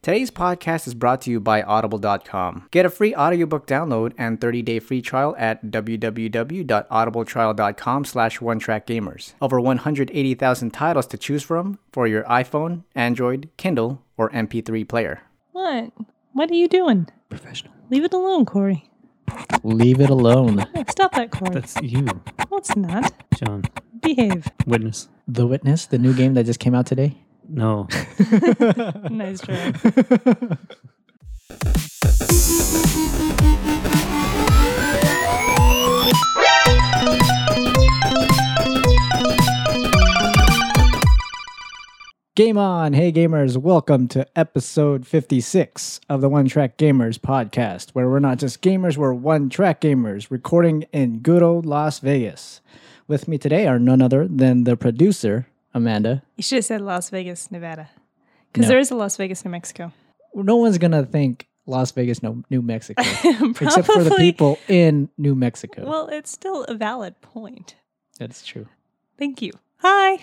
Today's podcast is brought to you by Audible.com. Get a free audiobook download and 30-day free trial at www.audibletrial.com slash onetrackgamers. Over 180,000 titles to choose from for your iPhone, Android, Kindle, or MP3 player. What? What are you doing? Professional. Leave it alone, Corey. Leave it alone. Stop that, Corey. That's you, No, it's not. John. Behave. Witness. The Witness, the new game that just came out today. No. Nice try. Game on. Hey, gamers. Welcome to episode 56 of the One Track Gamers podcast, where we're not just gamers, we're one track gamers, recording in good old Las Vegas. With me today are none other than the producer, Amanda. You should have said Las Vegas, Nevada. Because No. there is a Las Vegas, New Mexico. No one's going to think Las Vegas, no, New Mexico, Probably. except for the people in New Mexico. Well, it's still a valid point. That's true. Thank you. Hi.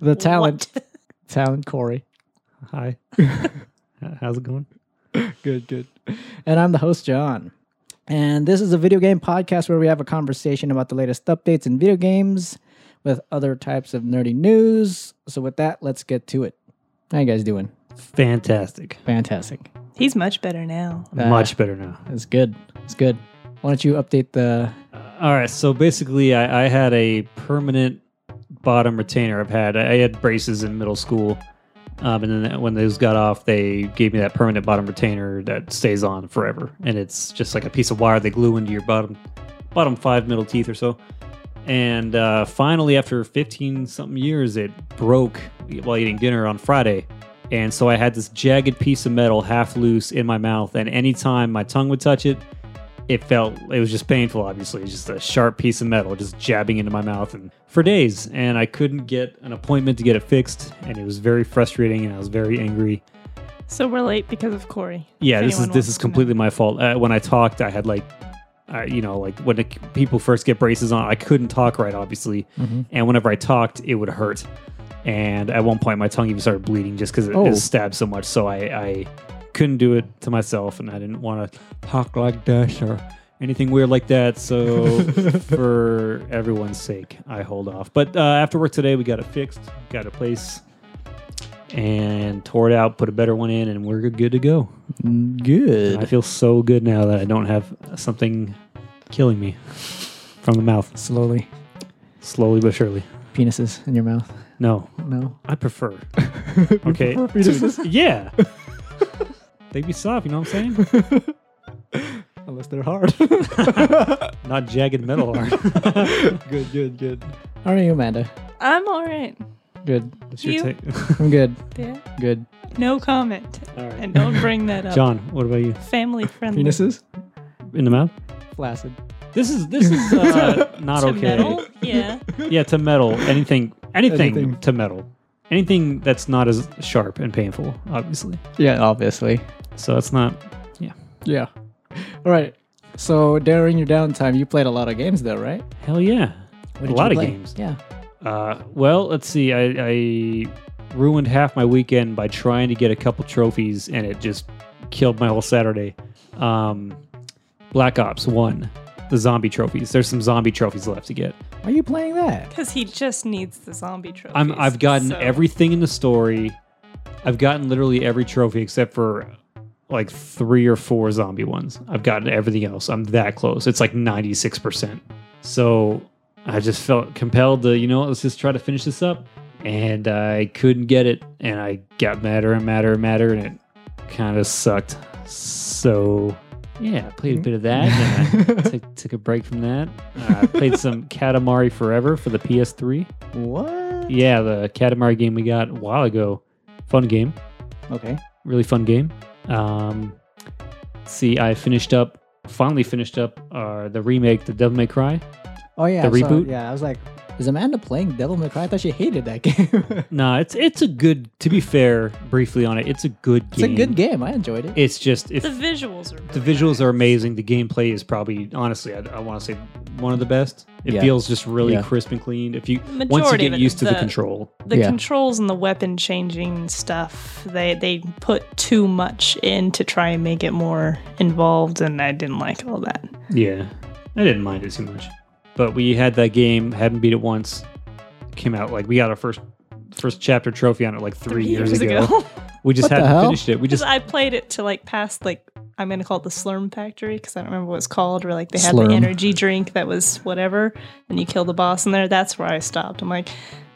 The talent, What? talent Corey. Hi. H- How's it going? good, good. And I'm the host, John. And this is a video game podcast where we have a conversation about the latest updates in video games with other types of nerdy news. So, with that, let's get to it. How you guys doing? Fantastic. Fantastic. He's much better now. Uh, Much better now. It's good. It's good. Why don't you update the. Uh, all right. So basically, I, I had a permanent bottom retainer. I've had I had braces in middle school, um, and then when those got off, they gave me that permanent bottom retainer that stays on forever, and it's just like a piece of wire they glue into your bottom bottom five middle teeth or so. And uh, finally, after 15 something years, it broke while eating dinner on Friday. And so I had this jagged piece of metal half loose in my mouth. And anytime my tongue would touch it, it felt it was just painful obviously just a sharp piece of metal just jabbing into my mouth and for days and i couldn't get an appointment to get it fixed and it was very frustrating and i was very angry So we're late because of Corey. yeah If this is anyone this wants is to know. completely my fault uh, when i talked i had like uh, you know like when the c- people first get braces on i couldn't talk right obviously and whenever i talked it would hurt and at one point my tongue even started bleeding just because it, Oh. it stabbed so much so i i couldn't do it to myself and i didn't want to talk like that or anything weird like that so for everyone's sake i hold off but uh, after work today we got it fixed got a place and tore it out put a better one in and we're good to go I Good. feel so good now that I don't have something killing me from the mouth, Slowly. slowly but surely. Penises in your mouth. No, No. I prefer. Okay. penises? yeah. They'd be soft, you know what I'm saying? Unless they're hard. Not jagged metal art. good, good, good. How are you, Amanda? I'm all right. Good. What's your You- take? I'm good. Yeah. Good. No comment. All right. And uh, don't bring that up. John, what about you? Family friendly. Penises? In the mouth? Flaccid. This is this is uh, not To okay. metal? Yeah. Yeah, to metal. Anything, anything, Anything. to metal. Anything that's not as sharp and painful, obviously. Yeah, obviously. So that's not. Yeah. All right. So during your downtime, you played a lot of games, though, right? Hell yeah. What a did lot you of play? games. Yeah. Uh, well, let's see. I, I ruined half my weekend by trying to get a couple trophies, and it just killed my whole Saturday. Um, Black Ops One, the zombie trophies. There's some zombie trophies left to get. Why are you playing that? Because he just needs the zombie trophy. I'm, I've gotten everything in the story. I've gotten literally every trophy except for like three or four zombie ones. I've gotten everything else. I'm that close. It's like 96%. So I just felt compelled to, you know, let's just try to finish this up. And I couldn't get it. And I got madder and madder and madder. And it kind of sucked. So yeah, I played a bit of that. And I took, took a break from that. Uh, I played some Katamari Forever for the PS3. What? Yeah, the Katamari game we got a while ago. Fun game. Okay. Really fun game. Um, see, I finished up, finally finished up uh, the remake, The Devil May Cry. Oh yeah. The I saw- reboot? yeah, I was like, is Amanda playing Devil May Cry? I thought she hated that game. Nah, it's it's a good, to be fair, briefly on it, it's a good it's a game. good game. I enjoyed it. It's just, if The visuals are. the really visuals are nice. amazing, the gameplay is probably, honestly, I, I want to say one of the best. It Yeah. feels just really Yeah. crisp and clean. If you once you Majority get of it, used to the, the- control, The Yeah. controls and the weapon changing stuff, they they put too much in to try and make it more involved, and I didn't like all that. yeah, I didn't mind it too much. But we had that game, hadn't beat it once. Came out like we got our first first chapter trophy on it like three, years, ago. We just What the hadn't hell? finished it. We Because just I played it to like past like I'm gonna call it the Slurm Factory because I don't remember what it's called. Where like they had Slurm. the energy drink that was whatever, and you kill the boss in there. That's where I stopped. I'm like,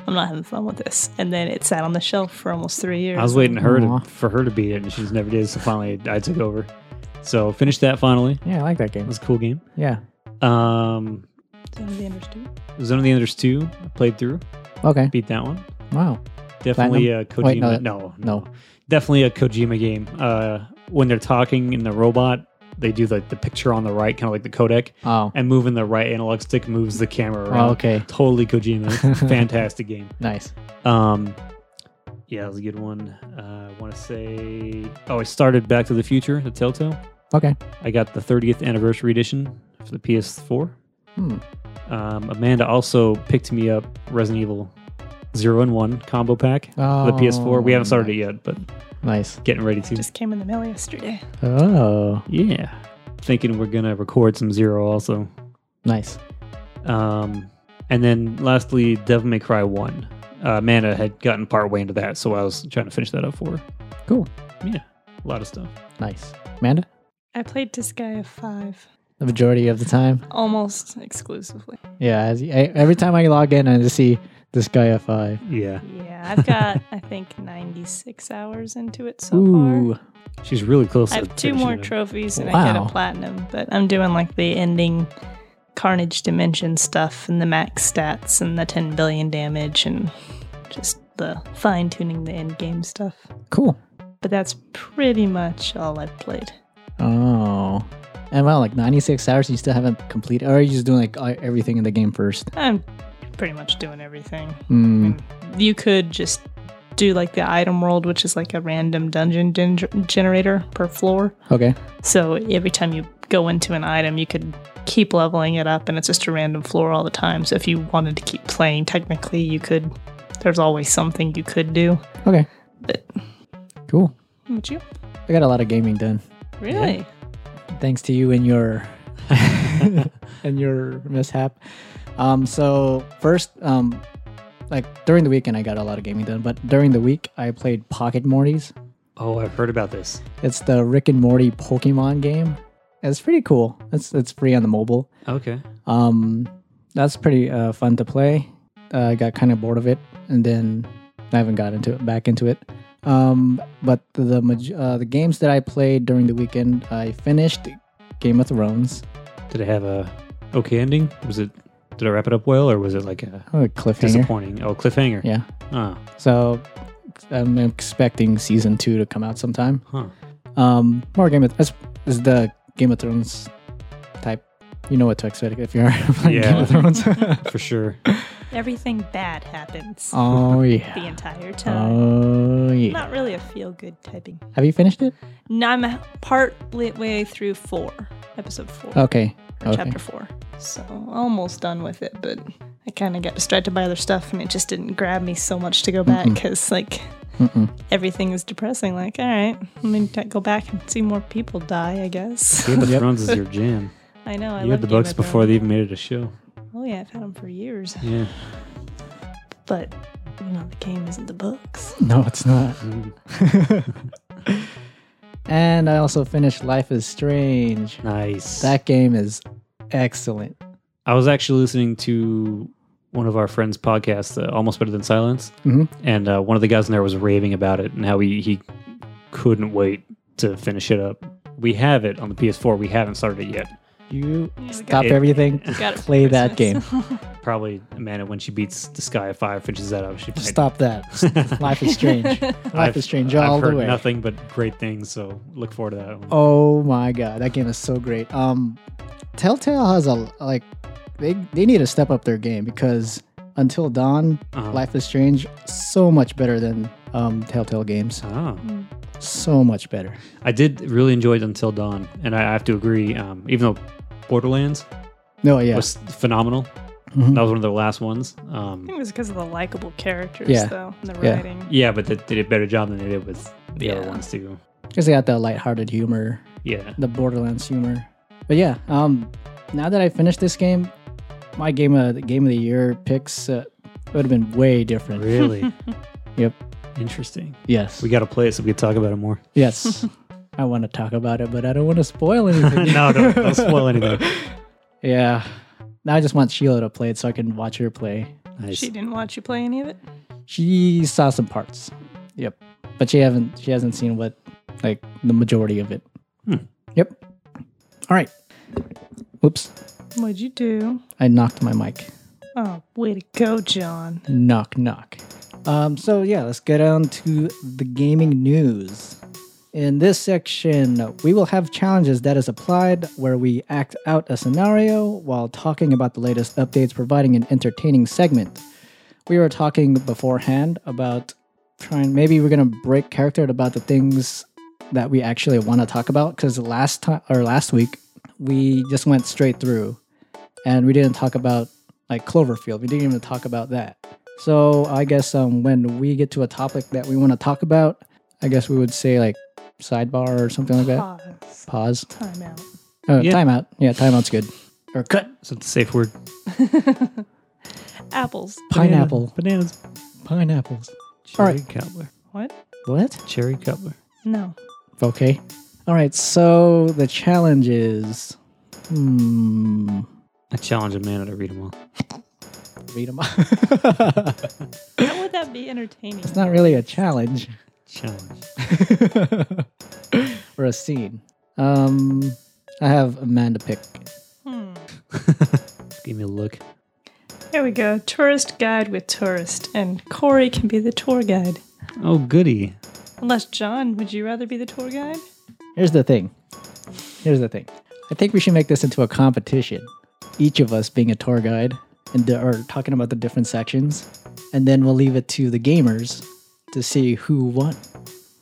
I'm not having fun with this. And then it sat on the shelf for almost three years. I was waiting her Aw. to, for her to beat it, and she just never did. So finally, I took over. So finished that finally. Yeah, I like that It game. was a cool game. Yeah. Um, Zone of the Enders two. Zone of the Enders two I played through, Okay. beat that one. Wow. Definitely a Kojima. Wait, no, no, that- no, no. definitely a Kojima game. Uh, when they're talking in the robot, they do like the picture on the right, kind of like the codec, Oh. and moving the right analog stick moves the camera around. oh okay. Totally Kojima. Fantastic game. Nice. Um, yeah, that was a good one. Uh, I want to say, oh, I started Back to the Future, the Telltale. Okay. I got the 30th anniversary edition for the PS4. Hmm. Um, Amanda also picked me up Resident Evil Zero and One combo pack. for The PS4. Oh, We haven't started it yet, but Nice. getting ready to. Just came in the mail yesterday. Oh, yeah, thinking we're gonna record some Zero also. nice. Um, and then lastly, Devil May Cry One. Uh, Amanda had gotten part way into that, so I was trying to finish that up for her. Cool. Yeah, a lot of stuff. Nice. Amanda? I played Disgaea five The majority of the time. almost exclusively. Yeah. As, I, every time I log in, I just see this guy at five. Yeah, Yeah, I've got I think 96 hours into it so far. Ooh. she's really close. I to have two more finishing it. trophies and I Wow. get a platinum, but I'm doing like the ending Carnage Dimension stuff and the max stats and the 10 billion damage and just the fine tuning the end game stuff. Cool. But that's pretty much all I've played. Oh. And well, like 96 hours, you still haven't completed, or are you just doing like uh, everything in the game first? I'm pretty much doing everything. Hmm. You could just do like the item world, which is like a random dungeon gen- generator per floor. Okay. So every time you go into an item, you could keep leveling it up, and it's just a random floor all the time. So if you wanted to keep playing, technically you could. There's always something you could do. Okay. But- Cool. Would you I got a lot of gaming done. really? thanks to you and your and your mishap. Um, so first, um, like during the weekend, I got a lot of gaming done, but during the week, I played Pocket Morty's. Oh, I've heard about this. It's the Rick and Morty Pokemon game. It's pretty cool. It's it's free on the mobile. Okay. Um, that's pretty uh, fun to play. Uh, I got kind of bored of it, and then I haven't got into it, back into it. Um, but the maj- uh, the games that I played during the weekend, I finished Game of Thrones. Did it have a okay ending? Was it? Did I wrap it up well, or was it like a Oh, cliffhanger. disappointing? Oh, cliffhanger. Yeah. Oh, So I'm expecting season two to come out sometime. huh. Um, more Game of that's is the Game of Thrones type. You know what to expect if you're playing Game of Thrones. For sure. Everything bad happens oh the yeah. entire time. Oh yeah. Not really a feel good typing. Have you finished it? No, I'm partly way through four, episode four, Okay. or okay. chapter four. So almost done with it, but I kind of got distracted by other stuff, and it just didn't grab me so much to go back because like Mm-mm. everything is depressing. Like, all right, let me t- go back and see more people die. I guess. Game of Thrones is your jam. I know. Oh, I you love had the Game books of before Thrones. they even made it a show. Oh yeah, I've had them for years. Yeah. But you know, the game isn't the books. No, it's not. Mm. and I also finished Life is Strange. Nice. That game is excellent. I was actually listening to one of our friends' podcasts, uh, Almost Better Than Silence, Mhm. and uh, one of the guys in there was raving about it and how he, he couldn't wait to finish it up. We have it on the PS4. We haven't started it yet. You Yeah, we got stop it. everything. Got it for Play that Christmas. Probably Amanda, when she beats the Sky of Fire, finishes that up. She might- Stop that. Life is strange. Life I've- is strange I've all heard the way. nothing but great things, so look forward to that one. Oh my god, that game is so great. Um, Telltale has a like, they they need to step up their game because Until Dawn, Uh-huh. Life is Strange, so much better than um Telltale games. Ah. So much better. I did really enjoy it Until Dawn, and I have to agree. Um, even though Borderlands, No, yeah. was phenomenal. Mhm. That was one of their last ones. I Um, think it was because of the likable characters, Yeah. though, and the Yeah. writing. yeah, but they did a better job than they did with the other Yeah. ones too. Because they got that lighthearted humor, Yeah, the Borderlands humor. But yeah, um, now that I finished this game, my game of the game of the year picks uh, would have been way different. really. Yep. Interesting. Yes, We got to play it so we can talk about it more. yes. I want to talk about it, but I don't want to spoil anything. no, don't, don't spoil anything. Yeah. Now I just want Sheila to play it so I can watch her play. Nice. She didn't watch you play any of it. She saw some parts. Yep. But she haven't she hasn't seen what like the majority of it. Hmm. Yep. All right. Whoops. What'd you do? I knocked my mic. Oh, way to go, John. Knock knock. Um so yeah, let's get on to the gaming news. In this section, we will have challenges that is applied where we act out a scenario while talking about the latest updates, providing an entertaining segment. We were talking beforehand about trying, maybe we're going to break character about the things that we actually want to talk about because last time or last week, we just went straight through and we didn't talk about like Cloverfield. We didn't even talk about that. So I guess um, when we get to a topic that we want to talk about, I guess we would say like sidebar or something like that. Pause. Pause. Time out. Oh, Yeah. timeout. Yeah, timeout's good. Or cut. So it's a safe word. Apples. Pineapple. Bananas. Pineapples. All Cherry right. cobbler. What? What? Cherry cobbler. No. Okay. All right. So the challenge is. Hmm. I challenge a man to read them all. Read 'em all. How would that be entertaining? it's not really a challenge Challenge. or a scene. Um, I have Amanda pick. Hmm. Give me a look. There we go. Tourist guide with tourist, and Corey can be the tour guide. Oh, goody. Unless John, would you rather be the tour guide? Here's the thing. Here's the thing. I think we should make this into a competition. Each of us being a tour guide and the, or talking about the different sections, and then we'll leave it to the gamers to see who won.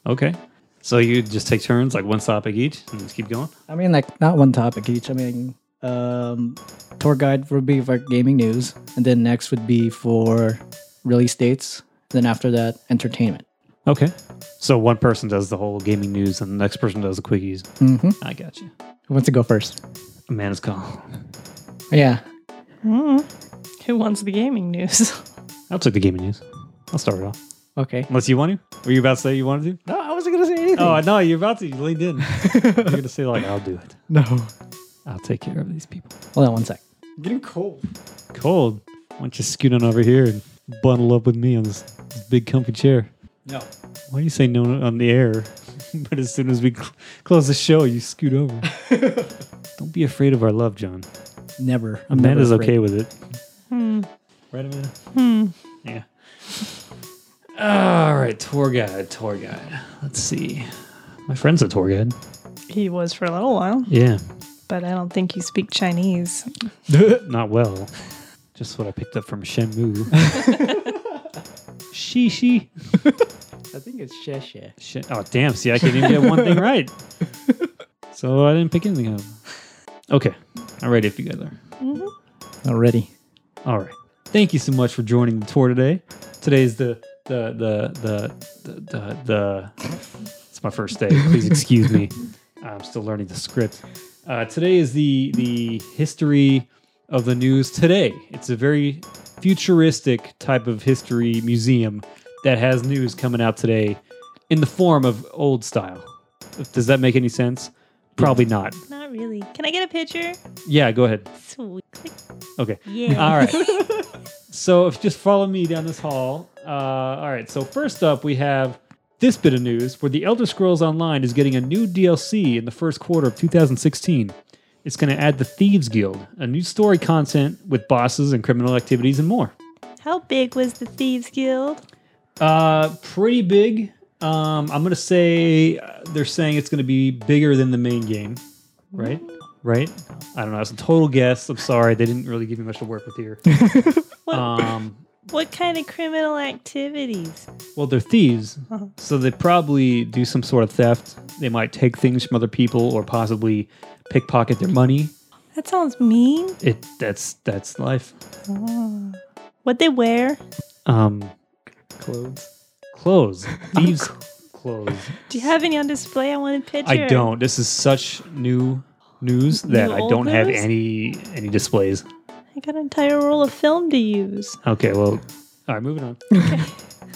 Okay. So you just take turns, like one topic each, and just keep going. I mean, like not one topic each. I mean, um, tour guide would be for gaming news, and then next would be for release dates. Then after that, entertainment. Okay. So one person does the whole gaming news, and the next person does the quickies. Mm-hmm. I got you. Who wants to go first? A man is call. Yeah, Hmm. Who wants the gaming news? I'll take the gaming news. I'll start it off. Okay. Unless you want to. Were you about to say you wanted No, I wasn't gonna say anything. to? Oh, I know. You're about to. You leaned in. You're going to say, like, I'll do it. no. I'll take care of these people. Hold on one sec. Getting cold. Cold. Why don't you scoot on over here and bundle up with me on this, this big comfy chair? No. Why do you say no on the air? but as soon as we cl- close the show, you scoot over. Don't be afraid of our love, John. Never. I'm never Amanda's afraid. okay with it. Hmm. Right, Amanda? Hmm. Yeah. All right, tour guide, tour guide. Let's see. My friend's a tour guide. He was for a little while, Yeah. but I don't think you speak Chinese. Not well. Just what I picked up from Shenmue. she, she. I think it's Sheshe. Shit. Oh, damn. See, I can't even get one thing right. So I didn't pick anything up. Okay. I'm ready if you guys are. Already. All right. Thank you so much for joining the tour today. Today's the, the, the, the, the, the, the it's my first day. Please excuse me. I'm still learning the script. Uh, today is the, the history of the news today. It's a very futuristic type of history museum that has news coming out today in the form of old style. Does that make any sense? Probably not. Not really. Can I get a picture? Yeah, go ahead. Sweet. Click. Okay. Yeah. All right. so if just follow me down this hall. Uh, all right. So first up, we have this bit of news where the Elder Scrolls Online is getting a new DLC in the first quarter of 2016. It's going to add the Thieves Guild, a new story content with bosses and criminal activities and more. How big was the Thieves Guild? Uh, pretty big. Um, I'm gonna say uh, they're saying it's gonna be bigger than the main game, right? Right? I don't know. It's a total guess. I'm sorry. They didn't really give me much to work with here. What, um, what kind of criminal activities? well, they're thieves, Uh-huh. so they probably do some sort of theft. They might take things from other people or possibly pickpocket their money. That sounds mean. It that's that's life. Oh. What they wear? Um, Clothes. clothes, thieves' clothes. Do you have any on display? I want a picture. I don't. This is such new news that New I old don't have news? any any displays. I got an entire roll of film to use. Okay, well, all right, moving on.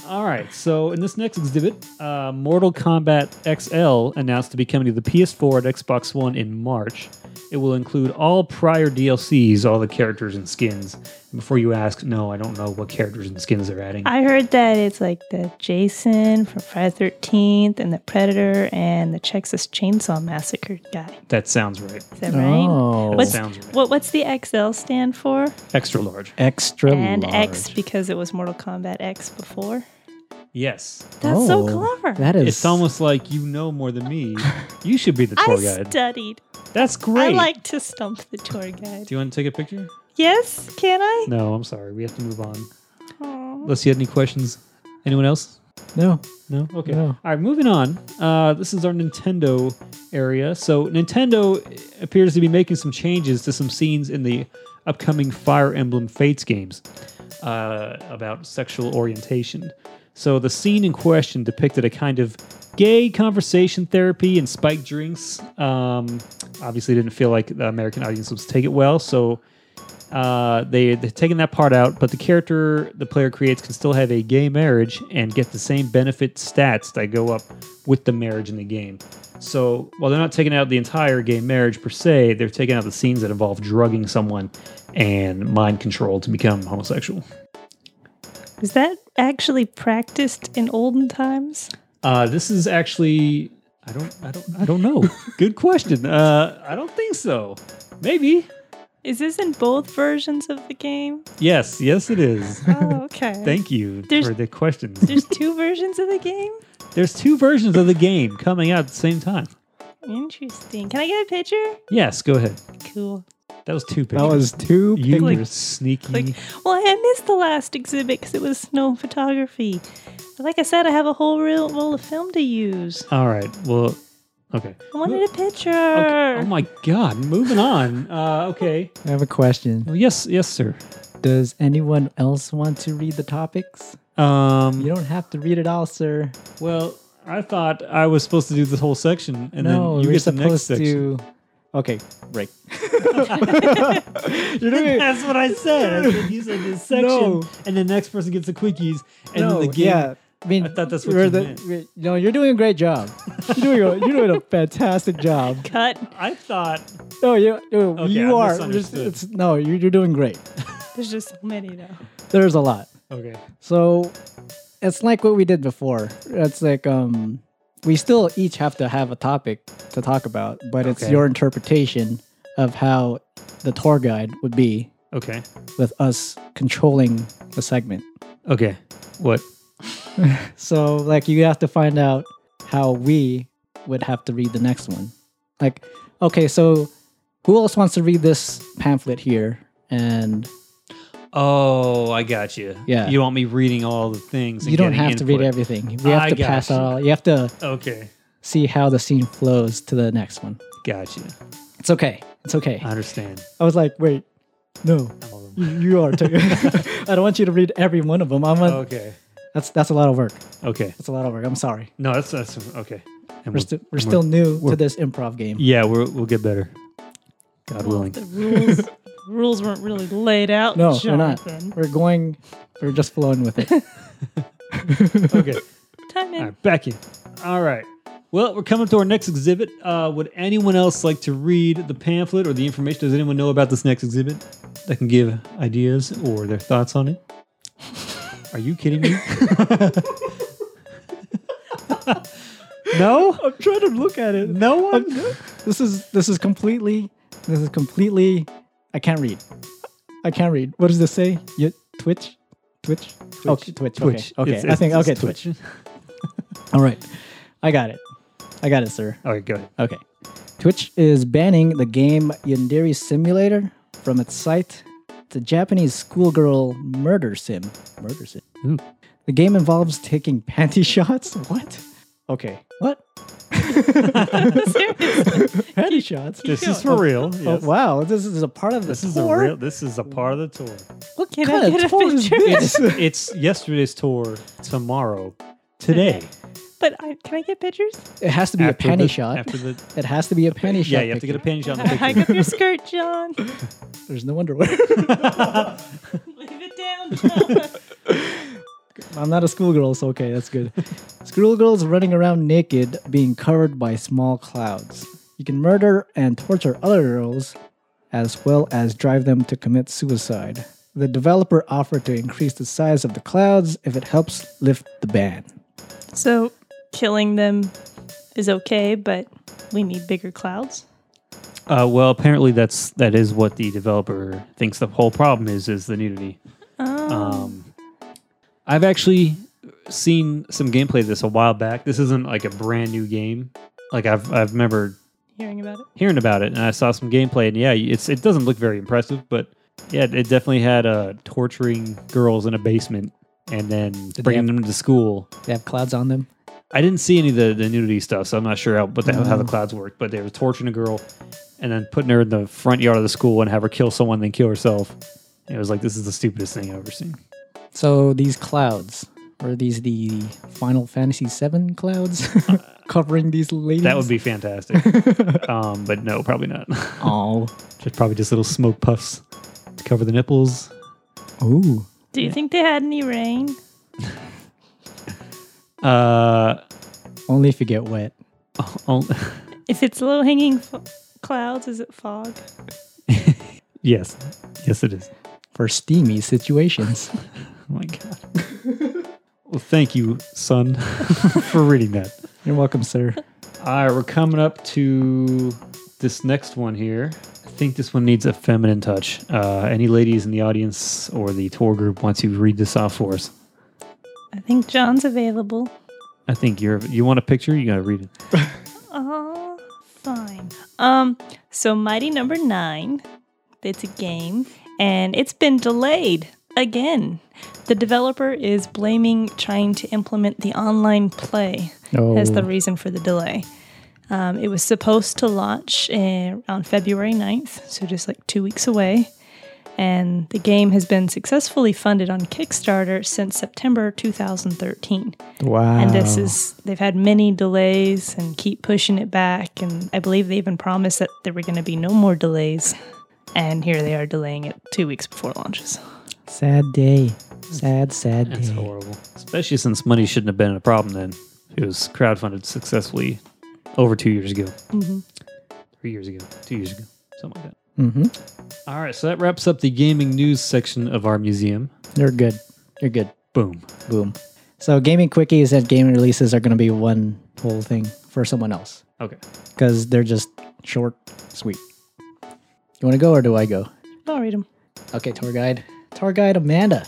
all right, so in this next exhibit, uh, Mortal Kombat XL announced to be coming to the PS4 and Xbox One in March. It will include all prior DLCs, all the characters and skins. And before you ask, no, I don't know what characters and skins they're adding. I heard that it's like the Jason from Friday Thirteenth and the Predator and the Texas Chainsaw Massacre guy. that sounds right. Is that right? Oh. That What's- sounds right. What What's the XL stand for? Extra large. Extra and large. X because it was Mortal Kombat X before. Yes. That's so Oh, clever. That is. It's almost like you know more than me. You should be the I tour guide. studied. That's great. I like to stump the tour guide. Do you want to take a picture? Yes, can I? No, I'm sorry. We have to move on. Aw. Unless you had any questions. Anyone else? no. No? Okay. No. All right, moving on. Uh, this is our Nintendo area. So, Nintendo appears to be making some changes to some scenes in the upcoming Fire Emblem Fates games uh, about sexual orientation. So, the scene in question depicted a kind of gay conversation therapy and spiked drinks. Um, obviously, didn't feel like the American audience would take it well. So, uh, they, they've taken that part out, but the character the player creates can still have a gay marriage and get the same benefit stats that go up with the marriage in the game. So while they're not taking out the entire gay marriage per se, they're taking out the scenes that involve drugging someone and mind control to become homosexual. Is that actually practiced in olden times? Uh, this is actually I don't I don't I don't know. Good question. Uh, I don't think so. Maybe. Is this in both versions of the game? Yes, yes it is. Oh, okay. Thank you There's- for the questions. There's two versions of the game? There's two versions of the game coming out at the same time. Interesting. Can I get a picture? Yes, go ahead. Cool. That was two pictures. That was two you pictures. were sneaky. Click. Well, I missed the last exhibit because it was snow photography. But like I said, I have a whole reel, roll of film to use. All right. Well, okay. I wanted a picture. Okay. Oh my God! Moving on. Uh, okay. I have a question. Well, yes, yes, sir. Does anyone else want to read the topics? You Um. don't have to read it all, sir. Well, I thought I was supposed to do this whole section, and no, then you we're get the next supposed section. to. Okay, break. You're doing That's what I said. I said you said this section, No. and the next person gets the quickies, and no, then the game. yeah. I mean, I thought that's what we're you the, meant. we're- No, you're doing a great job. You're doing a, you're doing a fantastic job. Cut. I thought. No, you you, Okay, you I are. misunderstood. It's, no, you're, you're doing great. There's just so many though. There's a lot. Okay. So it's like what we did before. It's like um we still each have to have a topic to talk about, but it's Okay. your interpretation of how the tour guide would be Okay. with us controlling the segment. Okay. What? So like you have to find out how we would have to read the next one. Like okay, so who else wants to read this pamphlet here? And Oh, I got you. Yeah. You want me reading all the things? And you don't getting have to read input. everything. We have I to got pass you. out all. You have to Okay. see how the scene flows to the next one. Gotcha. It's okay. It's okay. I understand. I was like, wait, no, you, you are. T- I don't want you to read every one of them. I'm a, Okay. that's that's a lot of work. Okay. That's a lot of work. I'm sorry. No, that's that's okay. And We're, we'll- sti- we're and still new to we're- this improv game. Yeah, we're, we'll get better. God willing. The rules rules weren't really laid out. No, we're not. Jonathan. We're going. We're just flowing with it. okay. Time in. All right, back in. All right. Well, we're coming to our next exhibit. Uh, would anyone else like to read the pamphlet or the information? Does anyone know about this next exhibit that can give ideas or their thoughts on it? Are you kidding me? no? I'm trying to look at it. No one? This is this is completely. This is completely. I can't read. I can't read. What does this say? You, Twitch, Twitch, Twitch, okay, Twitch, Twitch. Okay, okay. It's- I it's- think it's okay, Twitch. All right, I got it. I got it, sir. All right, go ahead. Okay. Twitch is banning the game Yandere Simulator from its site. It's a Japanese schoolgirl murder sim. Murder sim. Ooh. The game involves taking panty shots. What? Okay. What? Seriously. Headshots. This Keep is for real. Oh, yes. wow, this is a part of the This is a tour. real. This is a part of the tour. What Can I kind get of a tour is picture? this? It's yesterday's tour. Tomorrow, today. But I, can I get pictures? It has to be After a penny the- shot. After the it has to be a penny shot. yeah, you have to get a picture. penny shot. In the Hike picture. up your skirt, John. There's no underwear. Leave it down. John. I'm not a schoolgirl, so okay, that's good. Schoolgirls running around naked, being covered by small clouds. You can murder and torture other girls, as well as drive them to commit suicide. The developer offered to increase the size of the clouds if it helps lift the ban. so, killing them is okay, but we need bigger clouds. Uh, well, apparently that's that is what the developer thinks the whole problem is is the nudity. Oh, Um, I've actually seen some gameplay of this a while back. This isn't like a brand new game. Like I've I've remembered hearing about it. hearing about it, and I saw some gameplay, and yeah, it's it doesn't look very impressive, but yeah, it definitely had uh, torturing girls in a basement and then they bringing have- them to school. They have clouds on them. I didn't see any of the, the nudity stuff, so I'm not sure how, what the, hell how the Mm. clouds work. But they were torturing a girl and then putting her in the front yard of the school and have her kill someone, then kill herself. And it was like this is the stupidest thing I've ever seen. So these clouds are these the Final Fantasy VII clouds covering these ladies? That would be fantastic. um, but no, probably not. oh, just probably just little smoke puffs to cover the nipples. ooh. Do you think they had any rain? Uh, oh, Only if you get wet. on- If it's low hanging f- clouds, is it fog? yes, yes, it is. For steamy situations. Oh my god. well, thank you, son, for reading that. You're welcome, sir. All right, we're coming up to this next one here. I think this one needs a feminine touch. Uh, any ladies in the audience or the tour group want to read this off for us? I think John's available. I think you're. You want a picture? You gotta read it. Oh, fine. Um, so Mighty Number Nine, it's a game, and it's been delayed again. The developer is blaming trying to implement the online play Oh. as the reason for the delay. Um, it was supposed to launch in, on February 9th, so just like two weeks away. And the game has been successfully funded on Kickstarter since September 2013. Oh, Wow. And this is, they've had many delays and keep pushing it back. And I believe they even promised that there were going to be no more delays. And here they are delaying it two weeks before it launches. sad day. Sad, sad That's day. horrible. Especially since money shouldn't have been a problem then. It was crowdfunded successfully over two years ago, Mm-hmm. three years ago, two years ago, something like that. Mm-hmm. All right, so that wraps up the gaming news section of our museum. You're good. You're good. Boom. Boom. So gaming quickies and game releases are going to be one whole thing for someone else Okay. because they're just short, sweet. You want to go or do I go? I'll read 'em. Okay, tour guide. Tour guide Amanda.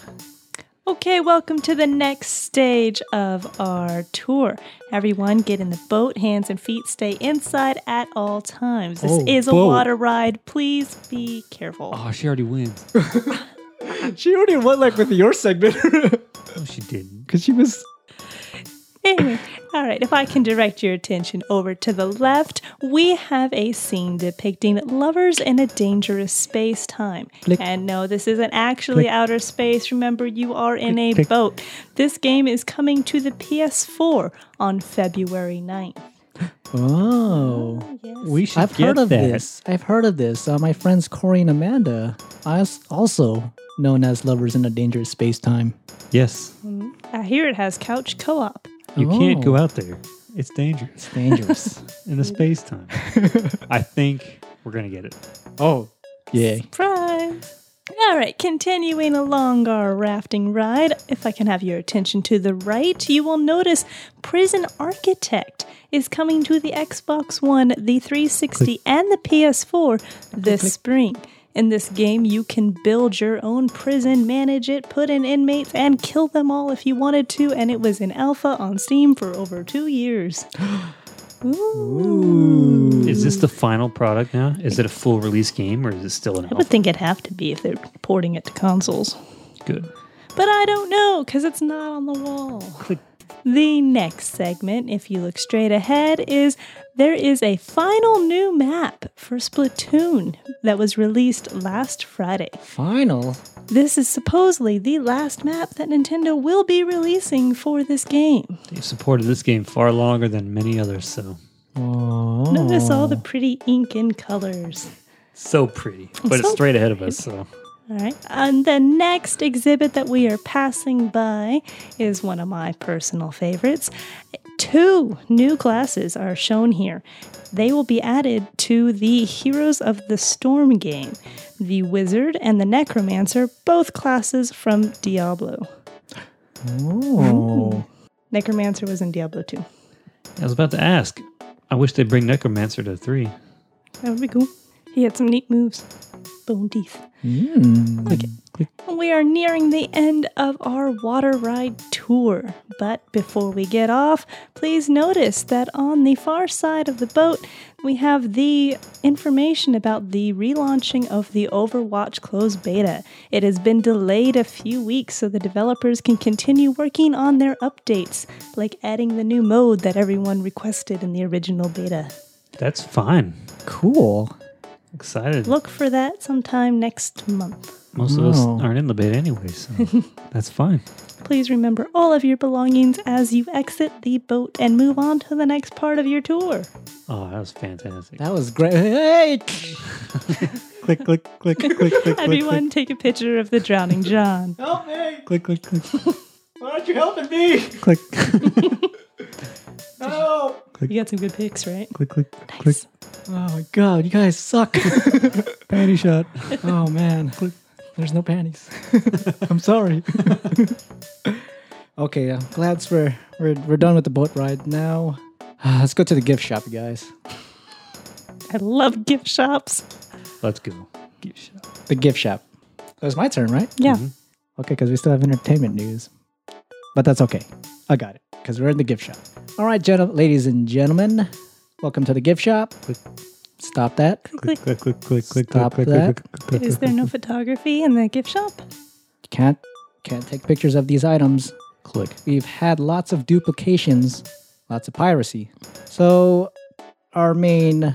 Okay, welcome to the next stage of our tour. Everyone, get in the boat. Hands and feet stay inside at all times. This Oh, is a boat. water ride. Please be careful. Oh, she already wins. She already went like with your segment No, she didn't. because she was. Anyway, all right, if I can direct your attention over to the left, we have a scene depicting lovers in a dangerous space time. Click. And no, this isn't actually outer space. Remember, you are in a click. boat. This game is coming to the PS4 on February 9th. Oh. Yes. We should I've get heard of that. this. I've heard of this. Uh, my friends Corey and Amanda, us- also known as lovers in a dangerous space time. Yes. I hear Uh, it has couch co op. You can't Oh. go out there. It's dangerous It's dangerous. in the space time. I think we're gonna get it. oh, yeah. Surprise! All right, continuing along our rafting ride, if I can have your attention to the right, you will notice Prison Architect is coming to the Xbox One, the 360, and the PS4 this spring. In this game, you can build your own prison, manage it, put in inmates, and kill them all if you wanted to, and it was in alpha on Steam for over two years. Ooh. Is this the final product now? Is it a full release game or is it still an I would alpha? think it'd have to be if they're porting it to consoles. Good. But I don't know because it's not on the wall. Click. The next segment, if you look straight ahead, is there is a final new map for Splatoon that was released last Friday. Final. This is supposedly the last map that Nintendo will be releasing for this game. They've supported this game far longer than many others, so Oh. Notice all the pretty ink and colors. so pretty. But it's so straight ahead of us, so All right. And the next exhibit that we are passing by is one of my personal favorites. Two new classes are shown here. They will be added to the Heroes of the Storm game. The Wizard and the Necromancer, both classes from Diablo. Oh. Necromancer was in Diablo 2. I was about to ask. I wish they'd bring Necromancer to three. That would be cool. He had some neat moves. Bone teeth. Okay. We are nearing the end of our water ride tour, but before we get off, please notice that on the far side of the boat, we have the information about the relaunching of the Overwatch closed beta. It has been delayed a few weeks so the developers can continue working on their updates, like adding the new mode that everyone requested in the original beta. That's fine. Cool. Excited. Look for that sometime next month. Most of us No. aren't in the beta anyway, so that's fine. Please remember all of your belongings as you exit the boat and move on to the next part of your tour. Oh, that was fantastic. That was great. Hey! click, click, click, click, click, click. Everyone, take a picture of the drowning John. Help me! Click, click, click. Why aren't you helping me? Click. Help! You got some good pics, right? click, click. Nice. Oh my god, you guys suck. Panty shot. Oh man. There's no panties. I'm sorry. okay, I'm glad we're, we're we're done with the boat ride now. Ah, Let's go to the gift shop, you guys. I love gift shops. Let's go. Give it a shot. The gift shop. It was my turn, right? Yeah. Okay, because we still have entertainment news. But that's okay. I got it. Because we're in the gift shop. All right, gen- ladies and gentlemen, welcome to the gift shop. Stop that. Click, click. Click, click, click, click, Stop click, that. click, click, click, click. Is there no photography in the gift shop? Can't can't take pictures of these items. Click. We've had lots of duplications, lots of piracy. So our main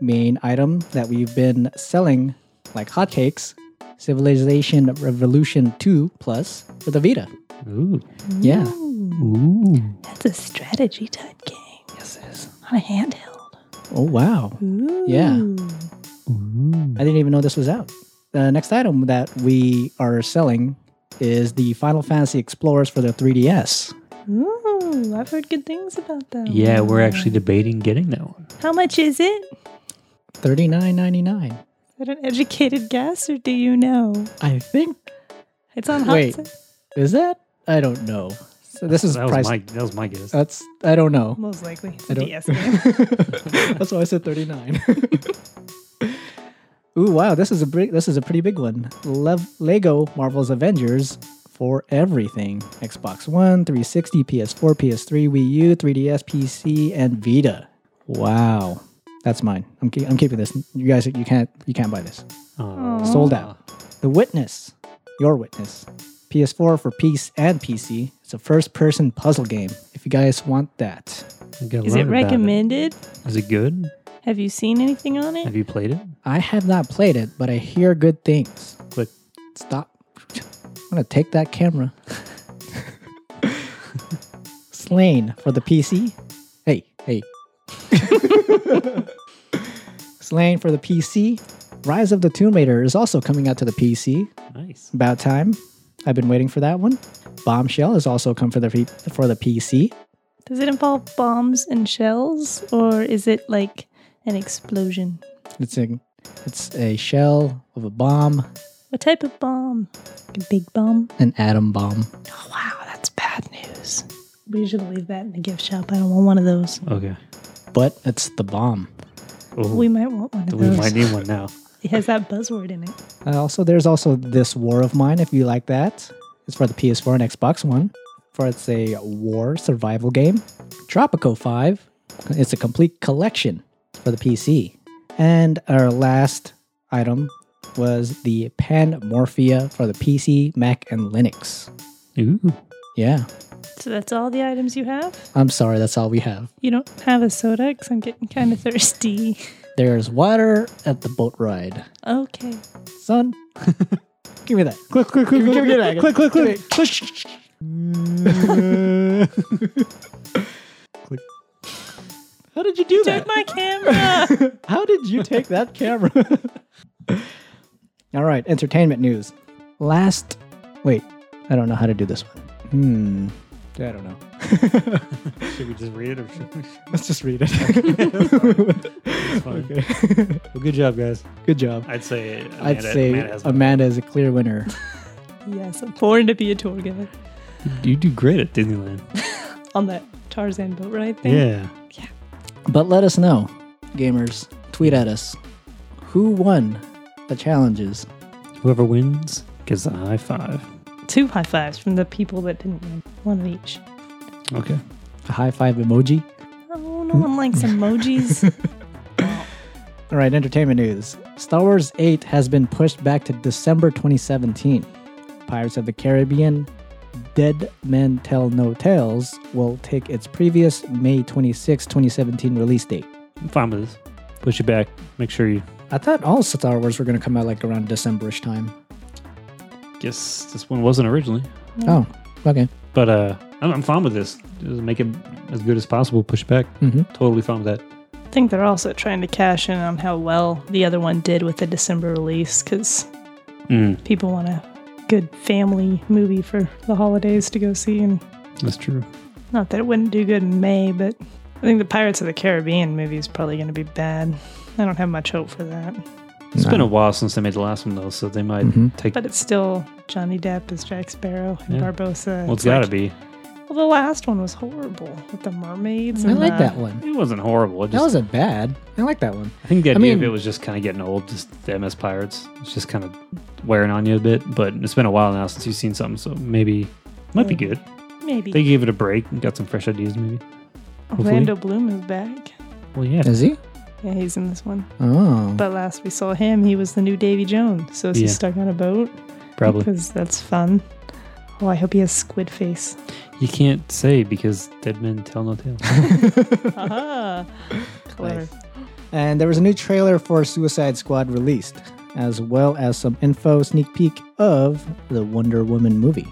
main item that we've been selling like hotcakes, Civilization Revolution 2 Plus for the Vita. Ooh. Yeah. Ooh. That's a strategy type game Yes, yes. on a handheld. Oh wow. Ooh. Yeah. Ooh. I didn't even know this was out. The next item that we are selling is the Final Fantasy Explorers for the 3DS. Ooh. I've heard good things about them. Yeah, we're actually debating getting that one. How much is it? 39.99. Is that an educated guess or do you know? I think It's on hot Wait. sale. Is that? I don't know. So this is That was price. Uh, my that was my guess. That's I don't know. Most likely. It's I a don't- DS game. That's why I said thirty nine. Ooh, wow! This is a big, this is a pretty big one. Lev- Lego Marvel's Avengers for everything: Xbox One, 360, PS4, PS3, Wii U, 3DS, PC, and Vita. Wow, that's mine. I'm keep, I'm keeping this. You guys, you can't you can't buy this. Oh. Sold out. The Witness, Your Witness, PS4 for PC and PC. It's a first-person puzzle game. If you guys want that, I gotta Is learn it about recommended? Is it good? Have you seen anything on it? Have you played it? I have not played it, but I hear good things. Click. Stop. I'm gonna take that camera. Slain for the PC. Hey, hey. Slain for the PC. Rise of the Tomb Raider is also coming out to the PC. Nice. About time. I've been waiting for that one. Bombshell has also come for the P- for the PC. Does it involve bombs and shells, or is it like an explosion? It's a it's a shell of a bomb, What type of bomb? Like a big bomb? an atom bomb. Oh, wow, that's bad news. We should leave that in the gift shop. I don't want one of those. Okay. But it's the bomb. Oh, We might want one of we those. might need one now. It has that buzzword in it. Uh, also, there's also this War of Mine if you like that. It's for the PS4 and Xbox One. For it's a war survival game. Tropico 5. It's a complete collection for the PC. And our last item was the Pan Morphia for the PC, Mac, and Linux. Ooh. Yeah, So that's all the items you have? I'm sorry, that's all we have. You don't have a soda because I'm getting kind of thirsty. There's water at the boat ride. Okay. Son, give me that. Click, click, click, give, me- give me that. Click, click, click, click. click. How did you do Took my camera. How did you take that camera? All right, entertainment news. Last, wait, I don't know how to do this one. Hmm, I don't know. Should we just read it or should we? Let's just read it. It's fine. okay. Well, good job, guys. Good job. I'd say Amanda, I'd say Amanda has Amanda is a clear winner. yes, I'm born to be a tour guide you do great at Disneyland. on that Tarzan boat ride thing. yeah. But let us know, gamers. Tweet at us. Who won the challenges? Whoever wins gets a high five. Two high fives from the people that didn't win, one of each. Okay. A high five emoji. Oh, no one likes emojis. All right, entertainment news. Star Wars 8 has been pushed back to December 2017. Pirates of the Caribbean Dead Men Tell No Tales will take its previous May 26, 2017 release date. I'm fine with this. Push it back. Make sure you I thought all Star Wars were going to come out like around Decemberish time. guess this one wasn't originally. Oh, okay. But uh, I'm, I'm fine with this. Just make it as good as possible. Push it back. Mm-hmm. Totally fine with that. I think they're also trying to cash in on how well the other one did with the December release because Mm, people want a good family movie for the holidays to go see. And that's true. not that it wouldn't do good in May, but I think the Pirates of the Caribbean movie is probably going to be bad. I don't have much hope for that. It's been a while since they made the last one though, so they might Mhm. take. But it's still Johnny Depp as Jack Sparrow and Yeah. Barbosa. well, it's got to be. Well, the last one was horrible with the mermaids. I and like the- that one. It wasn't horrible. It That just, wasn't bad. I like that one. I think the I idea of mean- it was just kind of getting old. Just the MS Pirates. It's just kind of wearing on you a bit. But it's been a while now since you've seen something, so maybe it might be good. Maybe. They gave it a break and got some fresh ideas, maybe. Orlando Bloom is back. Well, yeah. Is he? Yeah, he's in this one. Oh. But last we saw him, he was the new Davy Jones. So is he Yeah. stuck on a boat? Probably. Because that's fun. Oh, I hope he has squid face. You can't say because dead men tell no tales. Aha. Clever. Nice. And there was a new trailer for Suicide Squad released, as well as some info sneak peek of the Wonder Woman movie.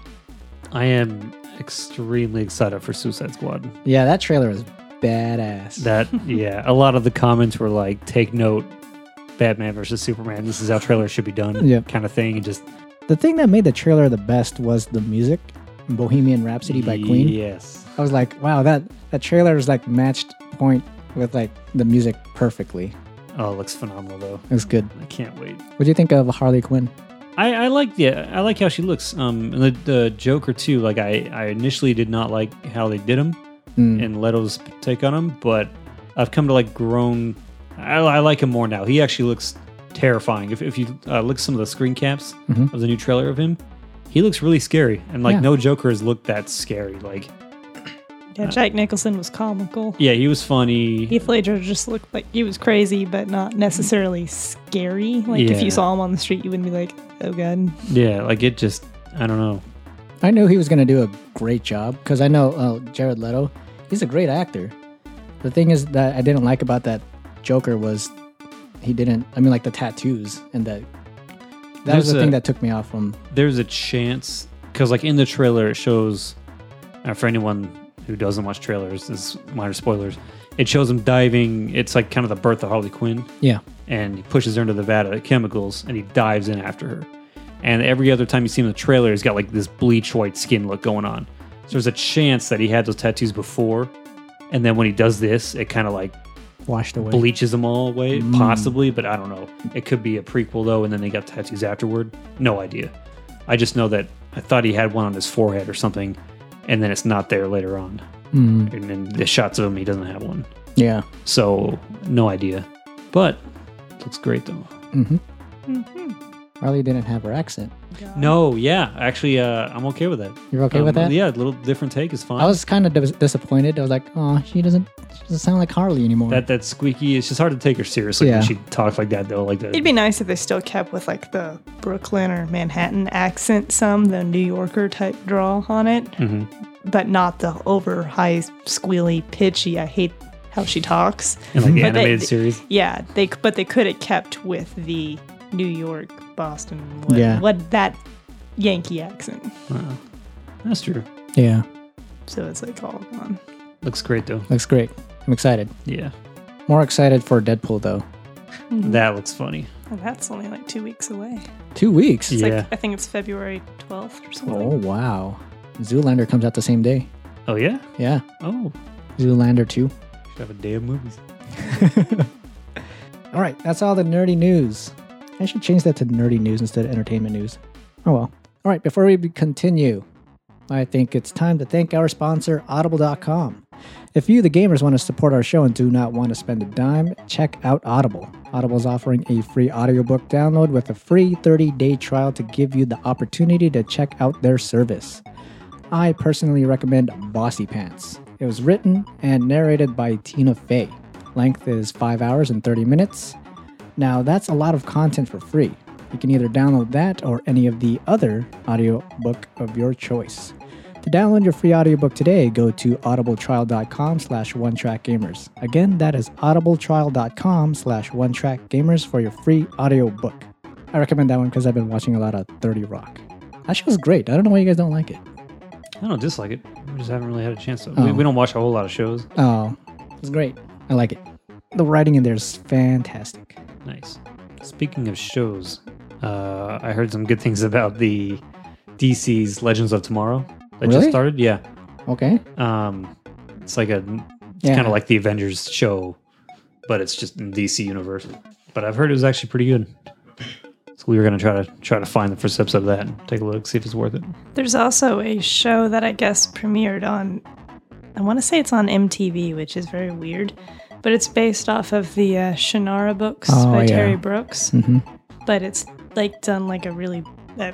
I am extremely excited for Suicide Squad. Yeah, that trailer was badass. That, yeah, a lot of the comments were like, take note, Batman versus Superman, this is how trailers should be done, Yeah. kind of thing. And just the thing that made the trailer the best was the music, Bohemian Rhapsody by Queen. Yes. I was like, wow, that that trailer is like matched point with like the music perfectly. Oh, it looks phenomenal, though. It was good. I can't wait. What do you think of Harley Quinn? I, I like the I like how she looks. Um, and the, the Joker too. Like I, I initially did not like how they did him, Mm. and Leto's take on him, but I've come to like grown. I, I like him more now. He actually looks terrifying. If, if you uh, look at some of the screen caps Mhm. of the new trailer of him, he looks really scary. And like Yeah. no Joker has looked that scary. Like Yeah, Jack Nicholson was comical. yeah, he was funny. Heath Ledger just looked like he was crazy, but not necessarily scary. Like if Yeah. you saw him on the street, you wouldn't be like, "Oh god." Yeah, like it just I don't know. I knew he was going to do a great job because I know uh, Jared Leto, he's a great actor. The thing is that I didn't like about that Joker was he didn't, I mean, like the tattoos and that. That was There's the a- thing that took me off from. There's a chance because like in the trailer it shows uh, for anyone who doesn't watch trailers this is minor spoilers. It shows him diving. It's like kind of the birth of Harley Quinn. Yeah. and he pushes her into the vat of chemicals and he dives in after her. And every other time you see him in the trailer, he's got like this bleach white skin look going on. So there's a chance that he had those tattoos before. And then when he does this, it kind of like Washed away. bleaches them all away, possibly, but I don't know. It could be a prequel though, and then they got tattoos afterward. No idea. I just know that I thought he had one on his forehead or something, and then it's not there later on. Mm, And then the shots of him, he doesn't have one. yeah. So no idea. But looks great though. hmm Mm-hmm. Harley didn't have her accent. No, yeah, actually, uh, I'm okay with that. You're okay Um, with that? Yeah, a little different take is fine. I was kind of dis- disappointed. I was like, oh, she doesn't She doesn't sound like Harley anymore. That that squeaky. It's just hard to take her seriously Yeah. when she talks like that though. Like the, It'd be nice if they still kept with like the Brooklyn or Manhattan accent, some the New Yorker type drawl on it, Mhm. but not the over high, squealy, pitchy. I hate how she talks. in like the but they- animated series. Yeah, they c- but they could have kept with the New York, Boston, what, Yeah. what that Yankee accent. Wow. That's true. yeah, So it's like all gone. Looks great though. looks great. I'm excited. Yeah, More excited for Deadpool though. Mm-hmm. that looks funny. And Oh, that's only like two weeks away. Two weeks. It's Yeah. like I think it's February twelfth or something. Oh wow. Zoolander comes out the same day. Oh yeah. Yeah, Oh, Zoolander two. should have a day of movies. All right, that's all the nerdy news. I should change that to nerdy news instead of entertainment news. Oh well. All right, before we continue, I think it's time to thank our sponsor, Audible.com. If you, the gamers, want to support our show and do not want to spend a dime, check out Audible. Audible is offering a free audiobook download with a free 30 day trial to give you the opportunity to check out their service. I personally recommend Bossy Pants. It was written and narrated by Tina Fey. Length is 5 hours and 30 minutes. Now, that's a lot of content for free. You can either download that or any of the other audiobook of your choice. To download your free audiobook today, go to audibletrial.com slash one-track-gamers. Again, that is audibletrial.com slash one-track-gamers for your free audiobook. I recommend that one because I've been watching a lot of 30 Rock. That show's great. I don't know why you guys don't like it. I don't dislike it. We just haven't really had a chance to. Oh. We, we don't watch a whole lot of shows. Oh, it's great. I like it. The writing in there is fantastic. Nice. Speaking of shows, uh, I heard some good things about the DC's Legends of Tomorrow that Really? just started. Yeah. Okay. Um, it's like a it's Yeah. kind of like the Avengers show, but it's just in DC universe. But I've heard it was actually pretty good. So we were gonna try to try to find the first episode of that and take a look, see if it's worth it. There's also a show that I guess premiered on, I want to say it's on MTV, which is very weird, but it's based off of the uh, Shannara books Oh, by yeah. Terry Brooks. Mhm. But it's like done like a really. Uh,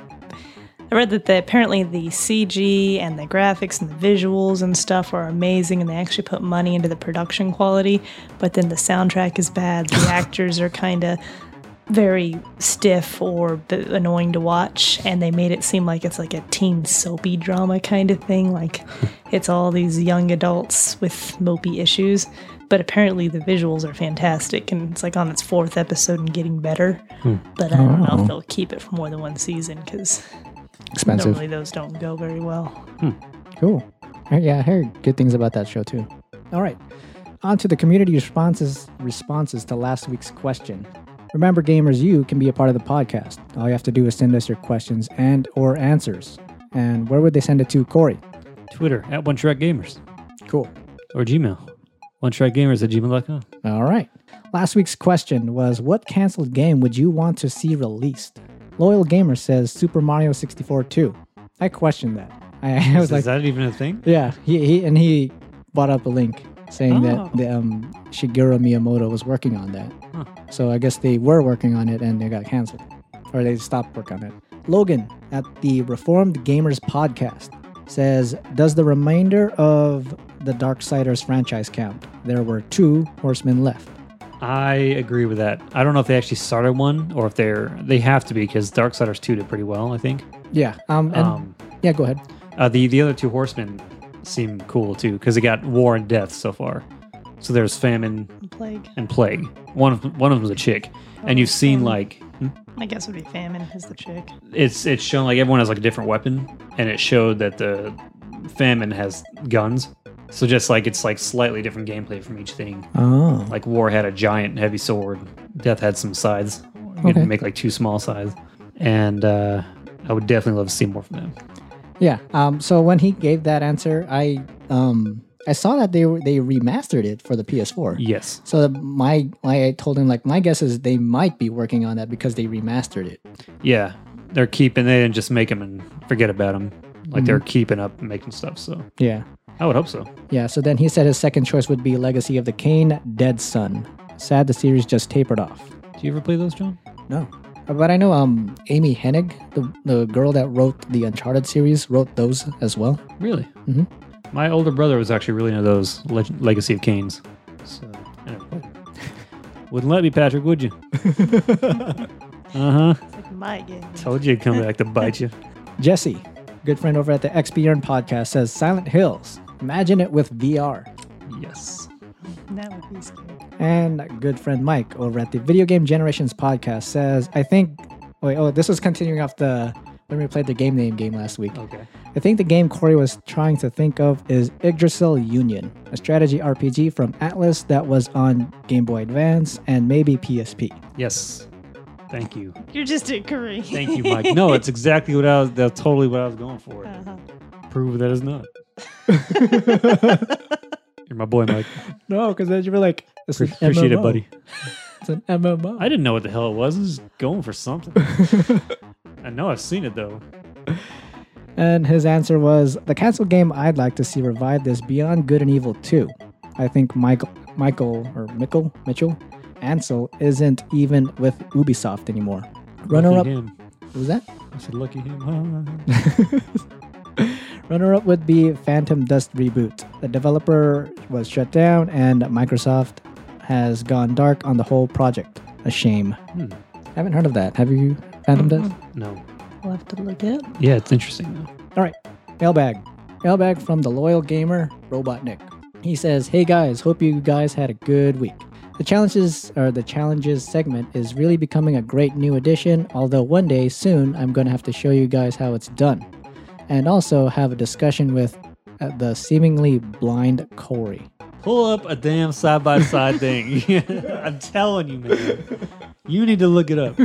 I read that the, apparently the CG and the graphics and the visuals and stuff are amazing, and they actually put money into the production quality. But then the soundtrack is bad. The actors are kind of very stiff or b- annoying to watch and they made it seem like it's like a teen soapy drama kind of thing like it's all these young adults with mopey issues but apparently the visuals are fantastic and it's like on its fourth episode and getting better but i don't know if they'll keep it for more than one season because Expensive. normally those don't go very well Cool. Uh, Yeah, I heard good things about that show too. All right. On to the community responses responses to last week's question. Remember gamers, you can be a part of the podcast. All you have to do is send us your questions and or answers. And where would they send it to, Corey? Twitter at One Track Gamers Cool. or Gmail, One Track Gamers at gmail.com. All right. Last week's question was what canceled game would you want to see released? Loyal Gamer says Super Mario 64 2. I questioned that. I, I was Is, like, is that even a thing? yeah, he, he and he brought up a link saying Oh. that the, um, Shigeru Miyamoto was working on that. Huh. So I guess they were working on it and they got canceled, or they stopped work on it. Logan at the Reformed Gamers podcast says, "Does the remainder of the Darksiders franchise count? There were two horsemen left." I agree with that. I don't know if they actually started one or if they're they have to be because Darksiders two did pretty well. I think. Yeah. Um. And, Um, yeah. Go ahead. Uh, the the other two horsemen seem cool too because they got war and death so far. So there's famine plague and plague. One of one of them's a chick, and you've seen like i guess would be famine is the trick it's it's shown like everyone has like a different weapon, and it showed that the famine has guns. So just like it's like slightly different gameplay from each thing. Oh. Like war had a giant heavy sword, death had some sides. You Okay. can make like two small sides, and uh, I would definitely love to see more from them. Yeah. Um. So when he gave that answer, I um I saw that they were they remastered it for the PS4. Yes. So my I told him like my guess is they might be working on that because they remastered it. Yeah, they're keeping. They didn't just make them and forget about them. Like they're keeping up and making stuff. So Yeah. I would hope so. Yeah. So then he said his second choice would be Legacy of the Kane, Dead Sun. Sad the series just tapered off. Do you ever play those, John? No. But I know um Amy Hennig, the the girl that wrote the Uncharted series, wrote those as well. Really? Mhm. My older brother was actually really into those Leg- Legacy of Canes. So, anyway. wouldn't let me, Patrick, would you? uh huh. It's like my game. Told you it'd come back to bite you. Jesse, good friend over at the XBRN podcast, says Silent Hills. Imagine it with VR. Yes. That would be scary. And good friend Mike over at the Video Game Generations podcast says, I think, wait, oh, this was continuing off the when we played the game name game last week. Okay. I think the game Corey was trying to think of is Yggdrasil Union, a strategy RPG from Atlas that was on Game Boy Advance and maybe PSP. Yes. Thank you. You're just a Korean. Thank you, Mike. No, it's exactly what I was, that's totally what I was going for. Uh-huh. Prove that it's not. You're my boy, Mike. No, because then you were like, it's an Appreciate it, MMO. buddy. It's an MMO. I didn't know what the hell it was. I was just going for something. I know I've seen it, though. And his answer was the console game I'd like to see revived is Beyond Good and Evil 2. I think Michael, Michael or Mickle, Mitchell, Ansel isn't even with Ubisoft anymore. Runner Lucky up, Him. was that? I said, lucky him. Runner up would be Phantom Dust Reboot. The developer was shut down, and Microsoft has gone dark on the whole project. A shame. Hmm. Haven't heard of that. Have you, Phantom Dust? No. We'll have to look it up. Yeah, it's interesting, though. All right, mailbag. Mailbag from the loyal gamer, Robot Nick. He says, "Hey guys, hope you guys had a good week. The challenges or the challenges segment is really becoming a great new addition. Although one day soon, I'm going to have to show you guys how it's done, and also have a discussion with uh, the seemingly blind Corey. Pull up a damn side by side thing. I'm telling you, man. You need to look it up.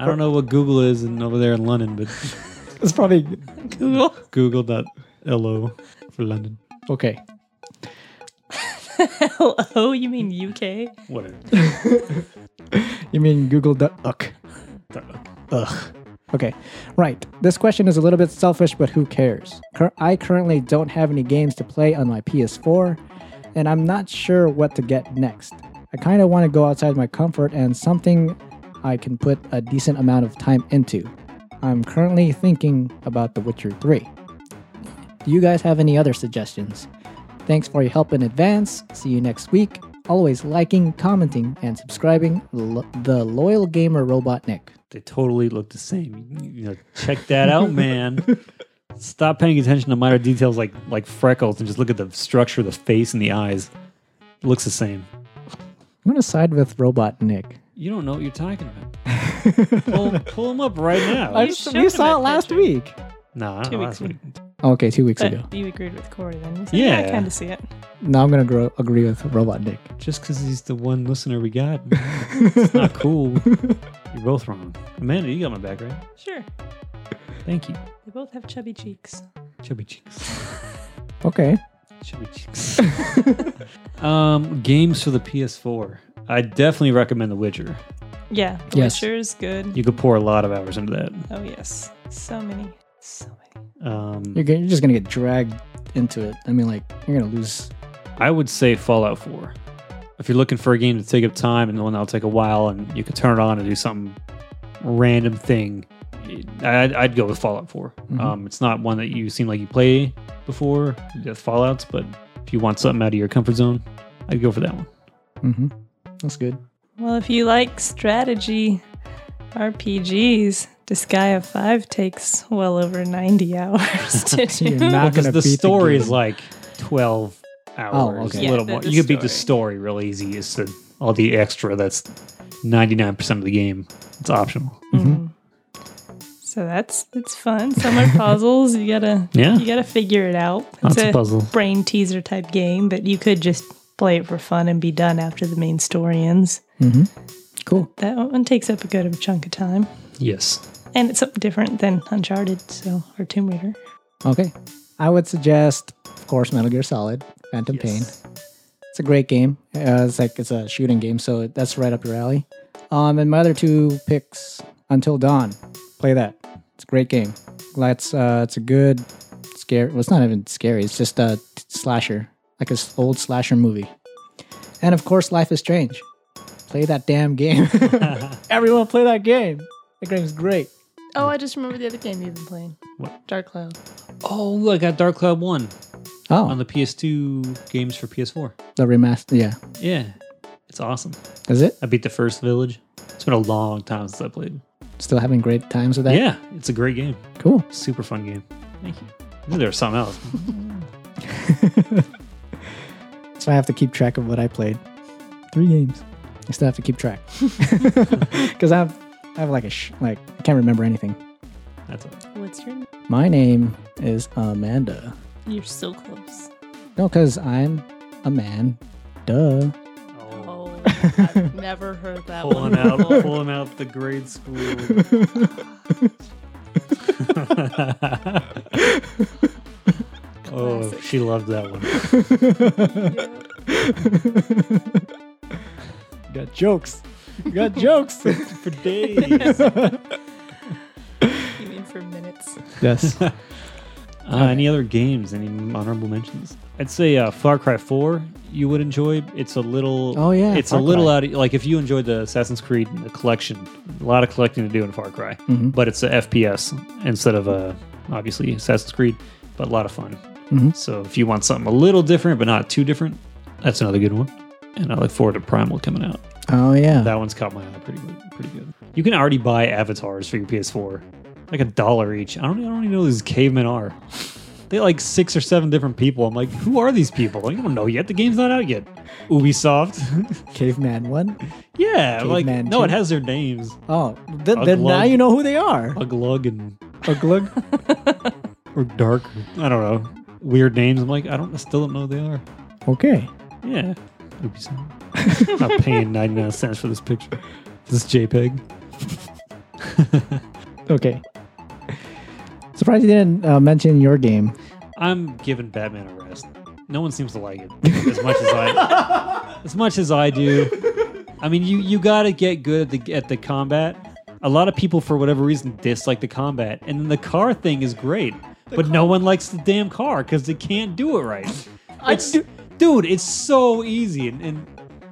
I don't know what Google is and over there in London, but It's probably Google. google.lo for London. okay. oh, you mean UK? Whatever. You mean Google Duck? Ugh. Okay, right. This question is a little bit selfish, but who cares? Cur- I currently don't have any games to play on my PS4, and I'm not sure what to get next. I kind of want to go outside my comfort and something I can put a decent amount of time into. I'm currently thinking about The Witcher 3. Do you guys have any other suggestions? Thanks for your help in advance. See you next week. Always liking, commenting, and subscribing. Lo- the Loyal Gamer Robot Nick. They totally look the same. You- you know, check that out, man. Stop paying attention to minor details like like freckles and just look at the structure of the face and the eyes. Looks the same. I'm gonna side with Robot Nick. You don't know what you're talking about. pull, pull them up right now. I- You showed him that picture. Eh. week. nah, Two weeks last ago. week. Okay, two weeks ago. But you agreed with Corey then. You said, Yeah. yeah. I kind of see it. Now I'm gonna grow, agree with Robot Nick. Just because he's the one listener we got, it's not cool. You're both wrong. Amanda, you got my back, right? Sure. Thank you. They both have chubby cheeks. Chubby cheeks. Okay. Chubby cheeks. um, games for the PS4. I definitely recommend The Witcher. Yeah. The Yes. Witcher's good. You could pour a lot of hours into that. Oh, yes. So many. So many. Um, You're, gonna, you're just gonna get dragged into it. I mean, like you're gonna lose. I would say Fallout 4. If you're looking for a game to take up time and one that'll take a while and you can turn it on and do some random thing, I'd, I'd go with Fallout 4. Mhm. Um, it's not one that you seem like you play before, the Fallouts, but if you want something out of your comfort zone, I'd go for that one. Mm-hmm. That's good. Well, if you like strategy RPGs, Disgaea 5 takes well over 90 hours to So you're do. not Because gonna the beat story the is like 12 hours, okay. a Yeah, little the- more. the you could beat the story real easy. It's the, all the extra that's 99% of the game. It's optional. Mm. So that's it's fun. Some are puzzles. You gotta Yeah. you gotta figure it out. Lots of puzzle. brain teaser type game, but you could just play it for fun and be done after the main story ends. cool. That one takes up a good of a chunk of time. Yes. And it's something different than Uncharted, so or Tomb Raider. Okay. I would suggest, of course, Metal Gear Solid, Phantom Pain. Yes. It's a great game. Uh, it's like it's a shooting game, so that's right up your alley. Um, and my other two picks, Until Dawn. Play that. It's a great game. That's uh, it's a good scary. Well, it's not even scary. It's just a t- slasher, like an old slasher movie. And of course, Life is Strange. Play that damn game. Everyone, play that game. That game's great. Oh, I just remember the other game you've been playing. What? Dark Cloud. Oh, look, I got Dark Cloud 1. Oh, on the PS2 games for PS4. the remaster. Yeah, Yeah, it's awesome. is it I beat the first village. It's been a long time since I played. still having great times with that? yeah, it's a great game. cool. Super fun game. Thank you. I knew there was something else. So I have to keep track of what I played. Three games. I still have to keep track because I've I have like a sh- like I can't remember anything. That's all. What's your? My name is Amanda. You're so close. No, because I'm a man. Duh. Oh, I've never heard that Pulling one. out, before. pulling out the grade school. oh, Classic. she loved that one. Got jokes. Got jokes. For days. Uh, You mean for minutes? yes. Uh, Any other games? Any honorable mentions? I'd say uh, Far Cry 4. You would enjoy. It's a little. Oh, yeah, It's Far a little Cry. out of like if you enjoyed the Assassin's Creed and the collection. A lot of collecting to do in Far Cry, Mhm. but it's a FPS instead of a obviously Assassin's Creed, but a lot of fun. Mhm. So if you want something a little different but not too different, that's another good one. And I look forward to Primal coming out. Oh yeah. That one's caught my eye pretty good. Pretty good. You can already buy avatars for your PS4, like a dollar each. I don't, I don't even know who these cavemen are. They like six or seven different people. I'm like, who are these people? Like, you don't know yet. The game's not out yet. Ubisoft. Caveman one. yeah, like Caveman no, it two? has their names. Oh, th- then Uglug. now you know who they are. Uglug and Uglug. or Dark. I don't know. Weird names. I'm like, I don't I still don't know who they are. Okay. Yeah, Ubisoft. not paying 99 cents for this picture. This JPEG. Okay. Surprised you didn't uh, mention your game. I'm giving Batman a rest. No one seems to like it as much as I as much as I do. I mean, you you got to get good at the at the combat. A lot of people for whatever reason dislike the combat, and then the car thing is great, but no one likes the damn car because they can't do it right. It's, dude, it's so easy, and, and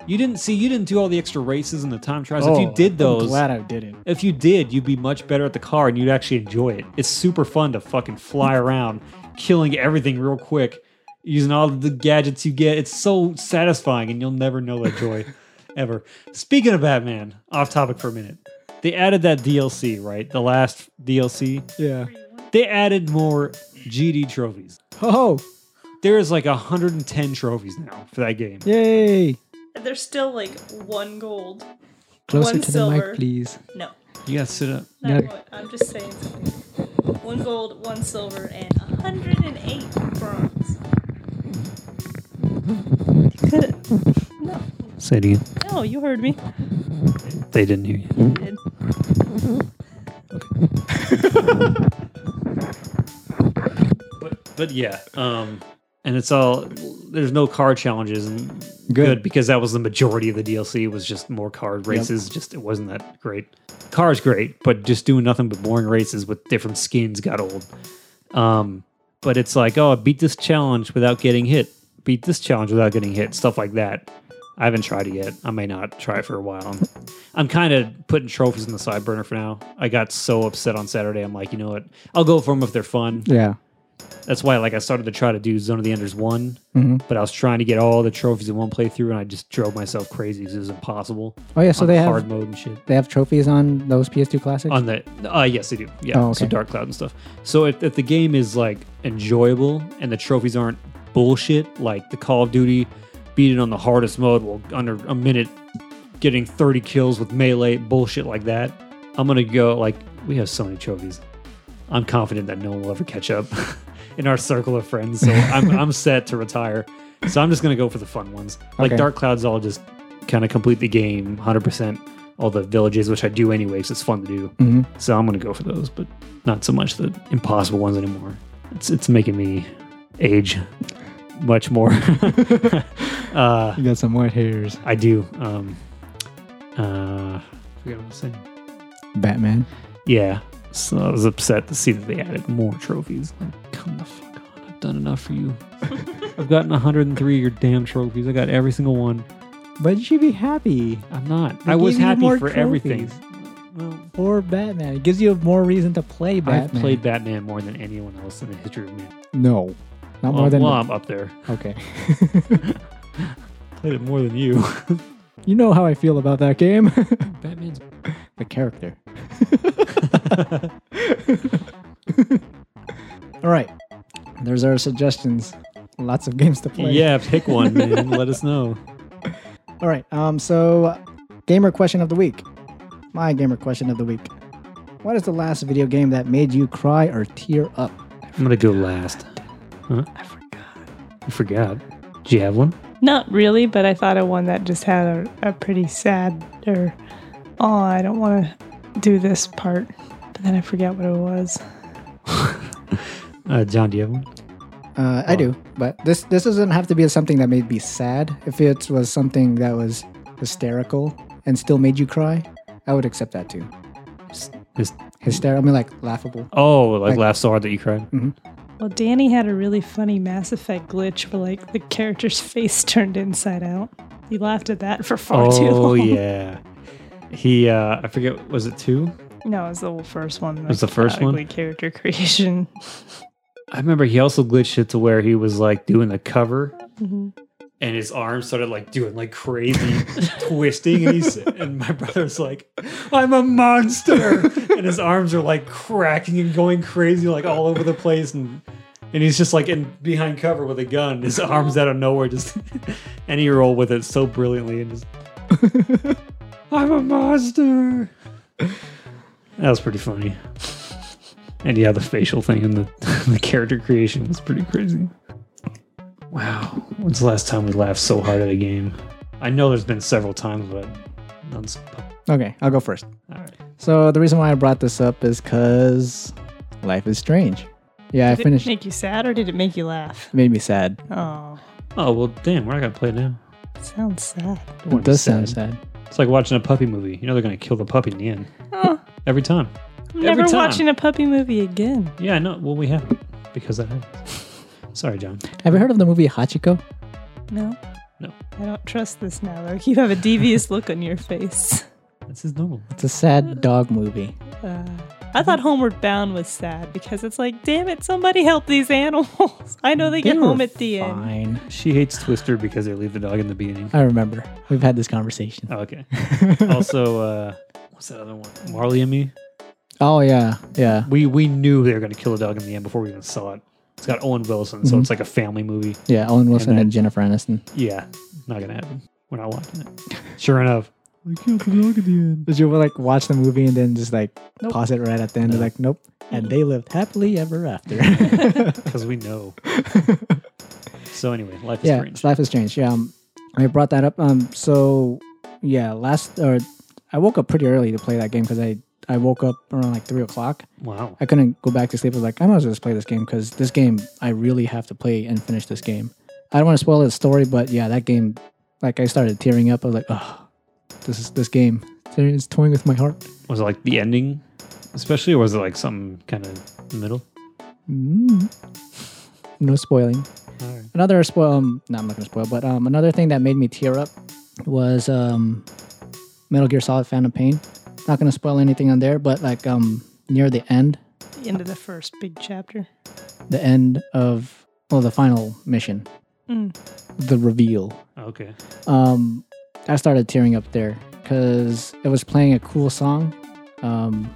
you didn't see you didn't do all the extra races and the time trials. if Oh, you did those, I'm glad I didn't. if you did, you'd be much better at the car and you'd actually enjoy it. It's super fun to fucking fly around, killing everything real quick, using all the gadgets you get. It's so satisfying and you'll never know that joy ever. Speaking of Batman, off topic for a minute. They added that DLC, right? The last DLC. Yeah. They added more GD trophies. Oh, There is like 110 trophies now for that game. yay! There's still like one gold. Closer One to the silver. mic, please. No, You gotta sit up. not No. one. I'm just saying. something. One gold, one silver, and 108 bronze. Could no, Say it again. no, Oh, you heard me. They didn't hear you. But but yeah, um, and it's all there's no car challenges and good, because that was the majority of the DLC was just more car races. Just it wasn't that great. Cars great, but just doing nothing but boring races with different skins got old. Um, but it's like oh, beat this challenge without getting hit, beat this challenge without getting hit, stuff like that. I haven't tried it yet. I may not try for a while. I'm, I'm kind of putting trophies in the side burner for now. I got so upset on Saturday. I'm like, you know what? I'll go for them if they're fun Yeah. that's why like I started to try to do Zone of the Enders one, Mm-hmm. but I was trying to get all the trophies in one playthrough, and I just drove myself crazy because it was impossible. Oh yeah. So on they have hard mode and shit. they have trophies on those PS2 classics. On the uh, yes, they do. Yeah, Oh, so okay. Dark Cloud and stuff. So if, if the game is like enjoyable and the trophies aren't bullshit, like the Call of Duty, beat it on the hardest mode, well under a minute, getting thirty kills with melee bullshit like that, I'm gonna go like we have so many trophies. I'm confident that no one will ever catch up in our circle of friends. So I'm, I'm set to retire. So I'm just going to go for the fun ones. Like Okay. Dark Clouds, I'll just kind of complete the game 100%, all the villages, which I do anyway, 'cause it's fun to do. Mhm. So I'm going to go for those, but not so much the impossible ones anymore. It's, it's making me age much more. uh, you got some white hairs. I do. Um, uh, forget what I was saying. Batman. Yeah. So I was upset to see that they added more trophies. Like, come the fuck on. I've done enough for you. I've gotten 103 of your damn trophies. I got every single one. But you should be happy. I'm not. They I was gave you happy more for everything. Well, Or Batman. It gives you more reason to play Batman. I've played Batman more than anyone else in the history of man. No. Not more Well, than well, I'm up there. okay. Played it more than you. You know how I feel about that game. Batman's. the character. All right. There's our suggestions. Lots of games to play. Yeah, pick one, man. Let us know. All right. Um. So, gamer question of the week. My gamer question of the week. What is the last video game that made you cry or tear up? I'm gonna go last. Huh? I forgot. You forgot. Do you have one? Not really, but I thought of one that just had a, a pretty sad or, oh, I don't want to do this part. But then I forget what it was. Uh, John, do you have one? Uh, I do, but this this doesn't have to be something that made me sad. If it was something that was hysterical and still made you cry, I would accept that too. His- Hysterical, I mean, like laughable. oh, like Like- last hour that you cried. Well, Danny had a really funny Mass Effect glitch where, like, the character's face turned inside out. He laughed at that for far too oh long. yeah. He, uh, I forget, was it two? No, it was the first one. It was the first one? Character creation. I remember he also glitched it to where he was like doing the cover Mhm. and his arm started like doing like crazy twisting and he's and my brother's like i'm a monster and his arms are like cracking and going crazy like all over the place and and he's just like in behind cover with a gun his arms out of nowhere just and he roll with it so brilliantly and just i'm a monster that was pretty funny and yeah the facial thing and the, the character creation was pretty crazy Wow. When's the last time we laughed so hard at a game? I know there's been several times, but none's. Okay, I'll go first. All right. So the reason why I brought this up is because life is strange. Yeah, I Did finished. it make you sad or did it make you laugh? it made me sad. Oh, Oh, well, damn, we're not going to play it now. sounds sad. It does sound sad. It's like watching a puppy movie. You know they're going to kill the puppy in the end. Oh, Every time. I'm Every never time. watching a puppy movie again. Yeah, I know. Well, we haven't because that happens. Sorry, John. Have you heard of the movie Hachiko? No. No. I don't trust this now, though. You have a devious look on your face. That's his normal. It's a sad dog movie. Uh, I thought Homeward Bound was sad because it's like, damn it, somebody help these animals. I know they, get were home at the end. Fine. She hates Twister because they leave the dog in the beginning. I remember. We've had this conversation. Oh, okay. also, uh, what's that other one? Marley and me. Oh yeah, yeah. We we knew they were going to kill the dog in the end before we even saw it. It's got Owen Wilson, so it's like a family movie. Yeah, Owen Wilson and, then- Jennifer Aniston. Yeah, not gonna happen. We're not watching it. Sure enough. We killed the dog at the end. Did you like watch the movie and then just like pause it right at the end? No. Like, nope. And they lived happily ever after. Because we know. so anyway, life is yeah, strange. it's life is strange. Yeah, um, I brought that up. Um, so yeah, last or I woke up pretty early to play that game because I I woke up around like three o'clock. Wow. I couldn't go back to sleep. I was like, I might as well just play this game because this game I really have to play and finish this game. I don't want to spoil the story, but yeah, that game, like I started tearing up. I was like, oh, this is this game. It's toying with my heart. Was it like the ending, especially, or was it like some kind of middle? Mm. No spoiling. All right. Another spoil. Um, no, I'm not gonna spoil. But um, another thing that made me tear up was um, Metal Gear Solid: Phantom Pain. Not gonna spoil anything on there, but like um, near the end, The end of the first big chapter. the end of well, the final mission, Mm. the reveal. Okay. um, I started tearing up there because it was playing a cool song, um,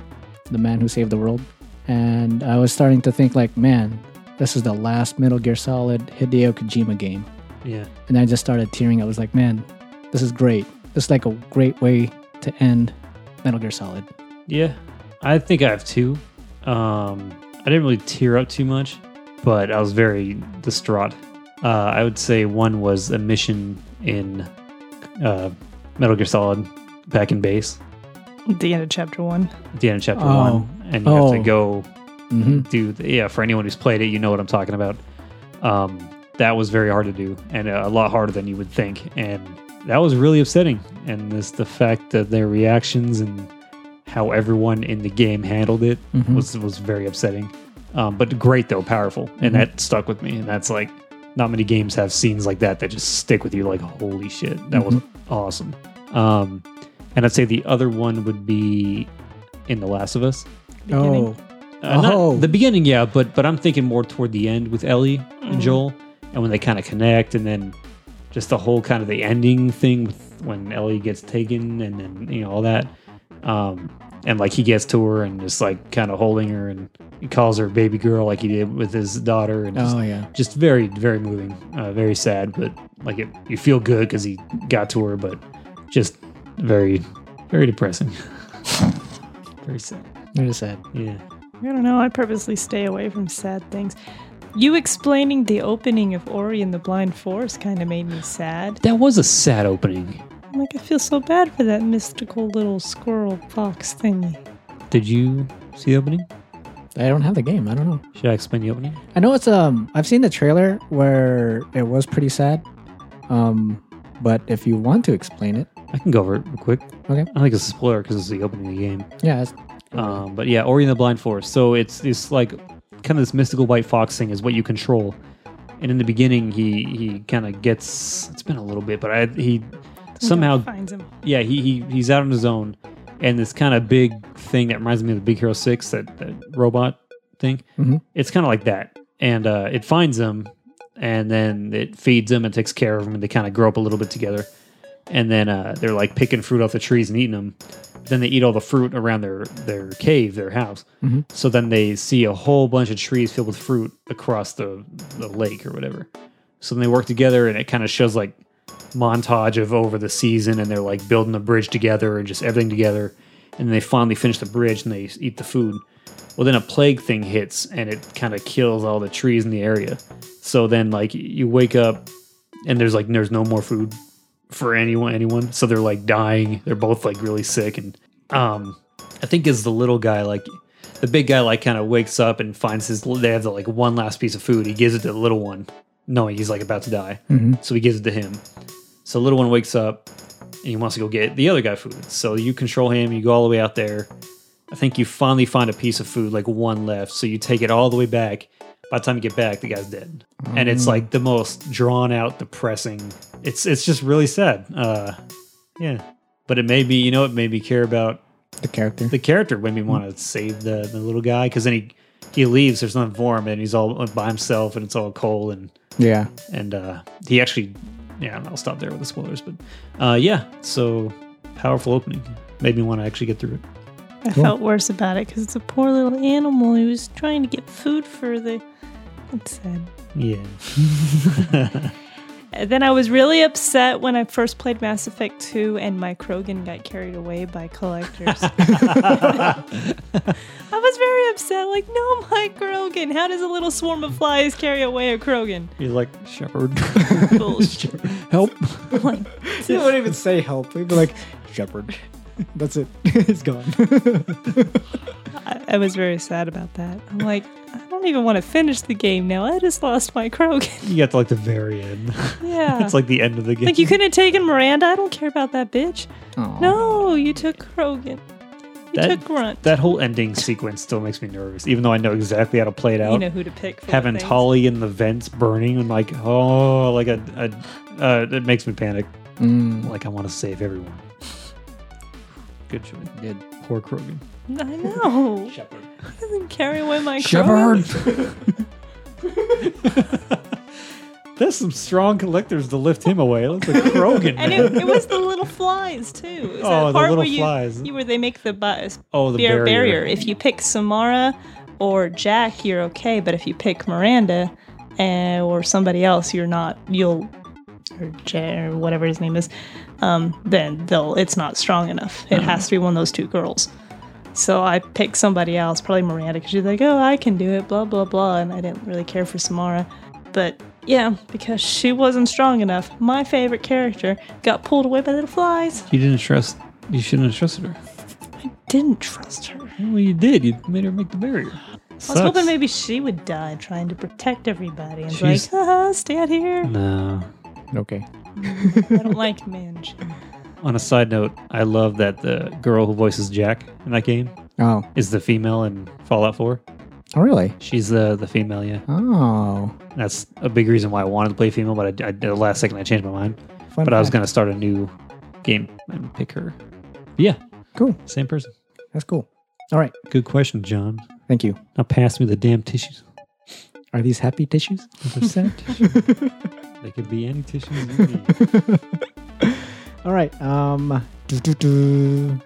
"The Man Who Saved the World," and I was starting to think like, man, this is the last Metal Gear Solid Hideo Kojima game, Yeah. and I just started tearing. up. I was like, man, this is great. This is like a great way to end Metal Gear Solid. Yeah. I think I have two. Um, I didn't really tear up too much, but I was very distraught. Uh, I would say one was a mission in uh, Metal Gear Solid back in base. The end of chapter one. at the end of chapter Oh. one, and you have Oh. to go Mm-hmm. do. The, yeah, for anyone who's played it, you know what I'm talking about. Um, that was very hard to do, and a lot harder than you would think, and that was really upsetting. And this, the fact that their reactions and how everyone in the game handled it Mhm. was was very upsetting. Um, but great though, powerful, and that stuck with me. And that's like not many games have scenes like that that just stick with you. Like holy shit, that was awesome. Um, and I'd say the other one would be in The Last of Us Beginning. Uh, Oh. Not the beginning, yeah, but but I'm thinking more toward the end with Ellie and Joel, and when they kind of connect, and then just the whole kind of the ending thing with when Ellie gets taken, and then you know all that, um, and like he gets to her and just like kind of holding her, and he calls her baby girl like he did with his daughter, and just, Oh yeah. just very very moving, uh, very sad, but like it, you feel good because he got to her, but just very very depressing, very sad, It is sad. yeah. I don't know. I purposely stay away from sad things. You explaining the opening of Ori and the Blind Forest kind of made me sad. That was a sad opening. I'm like, I feel so bad for that mystical little squirrel fox thingy. Did you see the opening? I don't have the game. I don't know. Should I explain the opening? I know it's um I've seen the trailer where it was pretty sad. Um but if you want to explain it. I can go over it real quick. Okay. I don't think it's a spoiler because it's the opening of the game. Yeah, it's, Um, but yeah, Ori and the Blind Forest. So it's this like kind of this mystical white fox thing is what you control. And in the beginning, he he kind of gets. It's been a little bit, but I he somehow finds him. yeah he, he he's out on his own, and this kind of big thing that reminds me of the Big Hero Six that, that robot thing. Mhm. It's kind of like that, and uh, it finds him, and then it feeds him and takes care of him, and they kind of grow up a little bit together. And then uh, they're like picking fruit off the trees and eating them. Then they eat all the fruit around their their cave, their house. Mhm. So then they see a whole bunch of trees filled with fruit across the the lake or whatever. So then they work together, and it kind of shows like montage of over the season, and they're like building the bridge together and just everything together. And then they finally finish the bridge and they eat the food. Well, then a plague thing hits and it kind of kills all the trees in the area. So then, like, you wake up and there's like there's no more food for anyone. Anyone. So they're like dying. They're both like really sick. And um, I think is the little guy like the big guy like kind of wakes up and finds his. They have the like one last piece of food. He gives it to the little one, knowing he's like about to die. So he gives it to him. So the little one wakes up and he wants to go get the other guy food. So you control him, you go all the way out there. I think you finally find a piece of food, like one left. So you take it all the way back. By the time you get back, the guy's dead. And it's like the most drawn out, depressing. It's it's just really sad. Uh yeah. But it made me, you know, it made me care about the character. the character made me want to save the, the little guy because then he he leaves. There's nothing for him, and he's all by himself, and it's all cold, and yeah. and uh, he actually yeah i'll stop there with the spoilers but uh, yeah so powerful opening made me want to actually get through it I felt worse about it because it's a poor little animal who was trying to get food for the. It's sad. yeah And then I was really upset when I first played Mass Effect 2 and my Krogan got carried away by collectors. I was very upset. Like, no, my Krogan. How does a little swarm of flies carry away a Krogan? you're like shepherd Bullshit. help Like, He wouldn't even say help. He'd be like, Shepherd. That's it. it's gone. I, I was very sad about that. I'm like, I don't even want to finish the game now. I just lost my Krogan. you got to like the very end Yeah. it's like the end of the game Like you couldn't have taken Miranda. I don't care about that bitch. No, you took Krogan. You Oh That- took Grunt. that whole ending sequence still makes me nervous even though i know exactly how to play it out you know who to pick. For the having things. Tolly in the vents burning and like oh like a, a uh, it makes me panic like i want to save everyone Mm. good choice Good. poor krogan I know. shepherd He doesn't carry away my Shepherd. Krogan. There's some strong collectors to lift him away. It looks like Krogan. And man. it, it was the little flies too. It was Oh, that the part little where you, flies. you where they make the bus oh, the barrier. barrier. barrier. If you pick Samara or Jack, you're okay. But if you pick Miranda uh, or somebody else, you're not. You'll or, J- or whatever his name is. Um, then they'll. It's not strong enough. It has to be one of those two girls. So I picked somebody else, probably Miranda, because she's like, "Oh, I can do it." Blah blah blah. And I didn't really care for Samara, but yeah, because she wasn't strong enough. My favorite character got pulled away by little flies. You didn't trust. You shouldn't have trusted her. Didn't trust her. Well, you did. You made her make the barrier. I was hoping maybe she would die trying to protect everybody and be like, She's- haha, stay out here. No. Okay. I don't like men. Jim. On a side note, I love that the girl who voices Jack in that game Oh. is the female in Fallout 4. Oh really? She's uh, the the female, yeah. Oh. That's a big reason why I wanted to play female, but I, I the last second I changed my mind. Fun But I was fact. gonna start a new game and pick her. Yeah, Cool. same person. That's cool. All right. Good question, John. Thank you. Now pass me the damn tissues. Are these happy tissues? They're sad tissues. They could be any tissues you need. All right. Um, doo-doo-doo.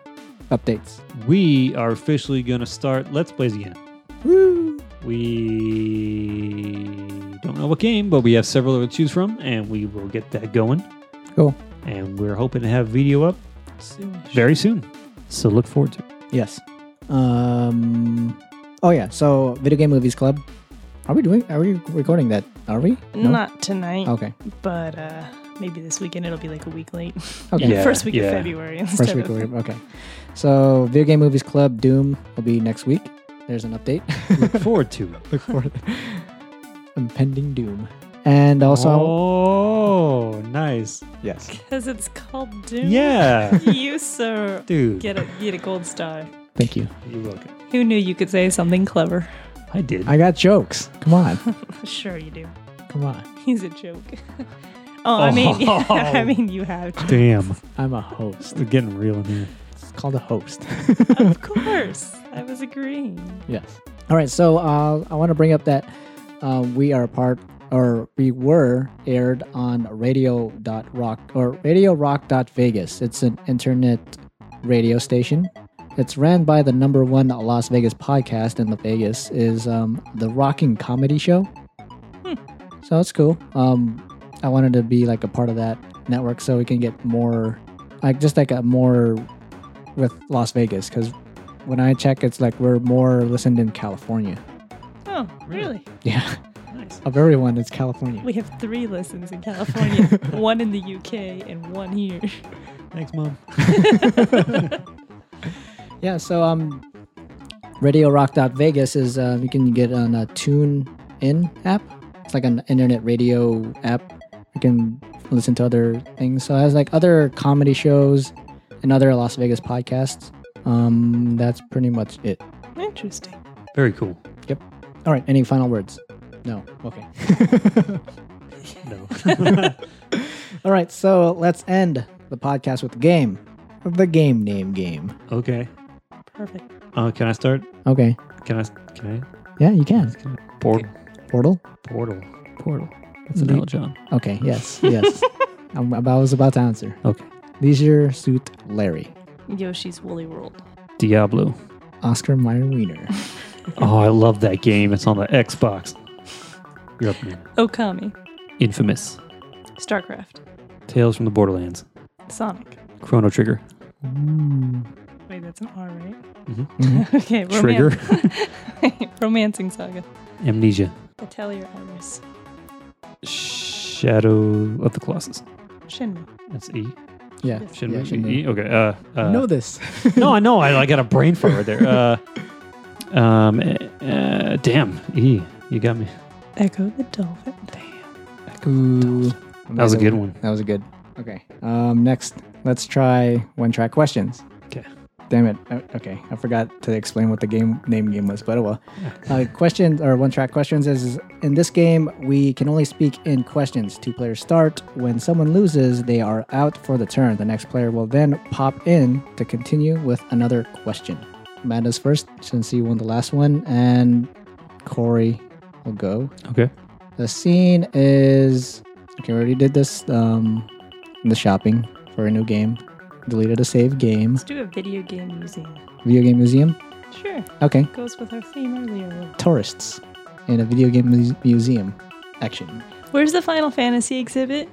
updates. We are officially going to start Let's Plays again. Woo! We don't know what game, but we have several to choose from, and we will get that going. Cool. And we're hoping to have video up very soon. So look forward to it. Yes. Um. Oh yeah. So, video game movies club. Are we doing? Are we recording that? Are we? Not tonight, Oh. Okay. but uh, maybe this weekend it'll be like a week late. Okay. Yeah, First week yeah. of February instead First week. of we- Okay. So, video game movies club Doom will be next week. There's an update. Look forward to it. Look forward. Impending Doom. And also, oh, nice. yes. because it's called Doom. Yeah, you sir dude. get a get a gold star. Thank you. You're welcome. Who knew you could say something clever? I did. I got jokes. Come on. Sure you do. Come on. He's a joke. oh, I mean, Oh. I mean, you have to. Damn, I'm a host. we're getting real in here. It's called a host. of course. I was agreeing. Yes. All right. So uh, I want to bring up that uh, we are part, or we were aired on Radio Rock or Radio Rock Vegas. It's an internet radio station. It's ran by the number one Las Vegas podcast in the Vegas is um, the Rocking Comedy Show. So that's cool. Um, I wanted to be like a part of that network so we can get more, like just like a more with Las Vegas because when I check, it's like we're more listened in California. Oh, really? Yeah, Nice. of everyone, it's California. We have three listens in California, one in the UK, and one here. Thanks, mom. Yeah, so um, Radio Rock Vegas is uh, you can get on a Tune In app. It's like an internet radio app. You can listen to other things. So it has like other comedy shows and other Las Vegas podcasts. Um, that's pretty much it. Interesting. Very cool. All right, any final words? No. Okay. No. All right, so let's end the podcast with the game. The game name game. okay. Perfect. Uh, can I start? Okay. Can I? Can Yeah, you can. I? Can I? Portal. Portal? Portal. Portal. That's an an L, L, John. Okay, yes, yes. I'm, I was about to answer. Okay. Leisure Suit Larry. Yoshi's Woolly World. Diablo. Oscar Mayer Wiener. Oh, I love that game. It's on the Xbox. You're up, man. Okami. Infamous. StarCraft. Tales from the Borderlands. Sonic. Chrono Trigger. Mm-hmm. Wait, that's an R, right? Mhm. okay, roman- Trigger. Romancing Saga. Amnesia. Atelier Iris. Shadow of the Colossus. Shinmu. That's E. Yeah. Shinmu. yeah, Shinmu. E. Okay. Uh, uh, know this. no, I know. I, I got a brain fart right there. Uh, um, uh, uh, damn. E. You got me. Echo the Dolphin. Damn. That was a good one. That was a good. Okay. Um, next, let's try one track questions. 'Kay. Damn it. Uh, Okay, I forgot to explain what the game name game was, but oh well. Uh, questions or one track questions is, is in this game we can only speak in questions. Two players start. When someone loses, they are out for the turn. The next player will then pop in to continue with another question. Amanda's first since he won the last one, and Corey will go. Okay. The scene is okay. We already did this. Um, the shopping for a new game. Deleted a save game. Let's do a video game museum. Video game museum. Sure. Okay, Goes with our theme earlier. tourists in a video game mu- museum. Action. Where's the Final Fantasy exhibit?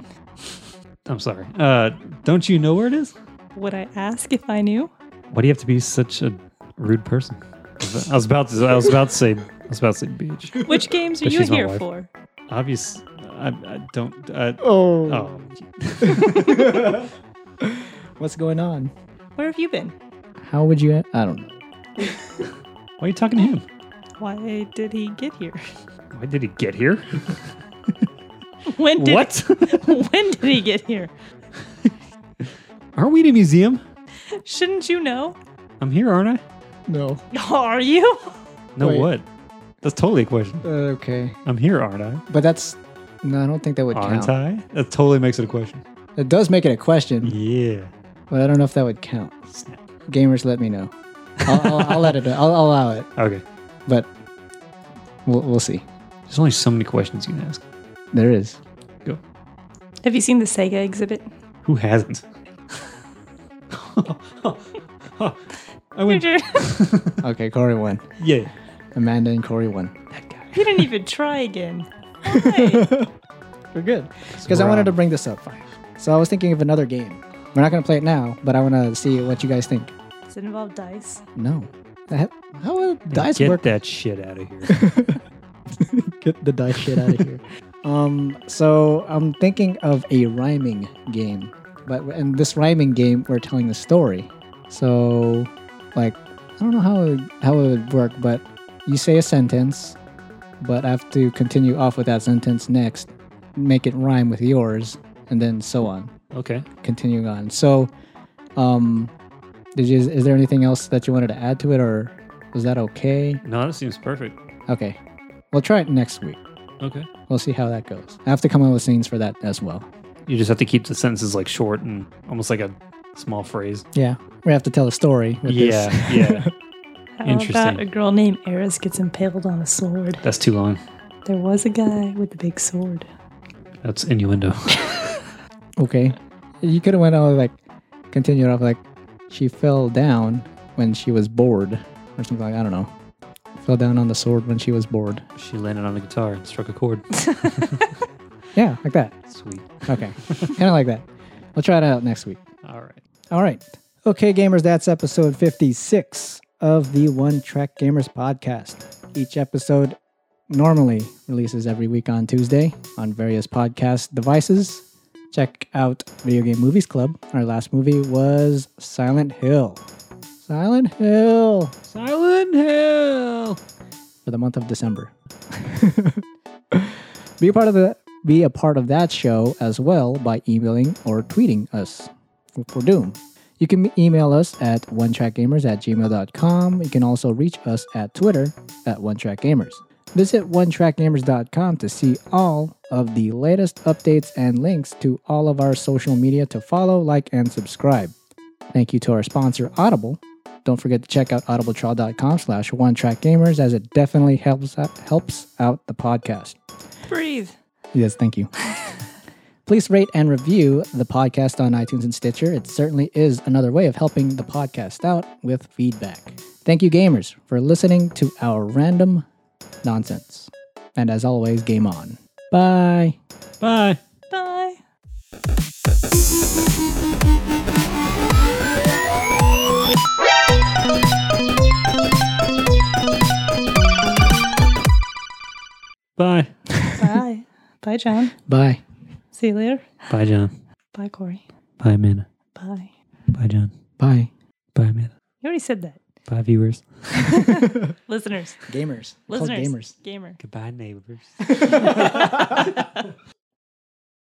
I'm sorry. Uh, don't you know where it is? Would I ask if I knew? Why do you have to be such a rude person? I was about to. I was about to say. I was about to say bitch. Which games are But you she's my here wife. for? Obvious. I, I don't. I, Oh. oh. What's going on? Where have you been? How would you? I don't know. Why are you talking to him? Why did he get here? Why did he get here? When did What? when did he get here? Aren't we in a museum? Shouldn't you know? I'm here, aren't I? No. Are you? No, Wait. what? That's totally a question. Uh, Okay. I'm here, aren't I? But that's. No, I don't think that would Aren't count. I? That totally makes it a question. It does make it a question, Yeah. but I don't know if that would count. Gamers, let me know. I'll, I'll, I'll let it. I'll, I'll allow it. Okay. But we'll, we'll see. There's only so many questions you can ask. There is. Have you seen the Sega exhibit? Who hasn't? I You went. didn't Okay, Corey won. Yeah. Amanda and Corey won. you didn't even try again. Why? We're good. Because I We're wanted on. to bring this up. So I was thinking of another game. We're not going to play it now, but I want to see what you guys think. Does it involve dice? No. The he- How would dice Get work? that shit out of here. Get the dice shit out of here. Um, so I'm thinking of a rhyming game, but in this rhyming game, we're telling a story. So, like, I don't know how it, how it would work, but you say a sentence, but I have to continue off with that sentence next, make it rhyme with yours, and then so on, okay. continuing on. So, um, did you, is there anything else that you wanted to add to it, or was that okay? No, that seems perfect. Okay, we'll try it next week. Okay. We'll see how that goes. I have to come up with scenes for that as well. You just have to keep the sentences like short and almost like a small phrase. Yeah, we have to tell a story. With yeah. this. Yeah. How Interesting. about a girl named Eris gets impaled on a sword? That's too long. There was a guy with a big sword. That's innuendo. Okay, you could have went on like continued off like she fell down when she was bored or something like I don't know. Fell down on the sword when she was bored. she landed on the guitar and struck a chord. Yeah, like that. Sweet. Okay, kind of like that. We'll try it out next week. All right. All right. Okay, gamers, that's episode 56 of the One Track Gamers podcast. Each episode normally releases every week on Tuesday on various podcast devices. Check out Video Game Movies Club. Our last movie was Silent Hill. Silent Hill Silent Hill. for the month of December. be a part of the be a part of that show as well by emailing or tweeting us for Doom. You can email us at onetrackgamers at gmail.com. You can also reach us at Twitter at onetrackgamers. Visit onetrackgamers.com to see all of the latest updates and links to all of our social media to follow, like, and subscribe. Thank you to our sponsor, Audible. Don't forget to check out audibletrial.com slash one track gamers as it definitely helps out, helps out the podcast. Breathe. Yes, thank you. Please rate and review the podcast on iTunes and Stitcher. It certainly is another way of helping the podcast out with feedback. Thank you, gamers, for listening to our random nonsense. And as always, game on. Bye. Bye. Bye. Bye. Bye. Bye, John. Bye. See you later. Bye, John. Bye, Corey. Bye, Amanda. Bye. Bye, John. Bye. Bye, Amanda. You already said that. Bye, viewers. Listeners. Gamers. Called Listeners. gamers. Gamer. Goodbye, neighbors.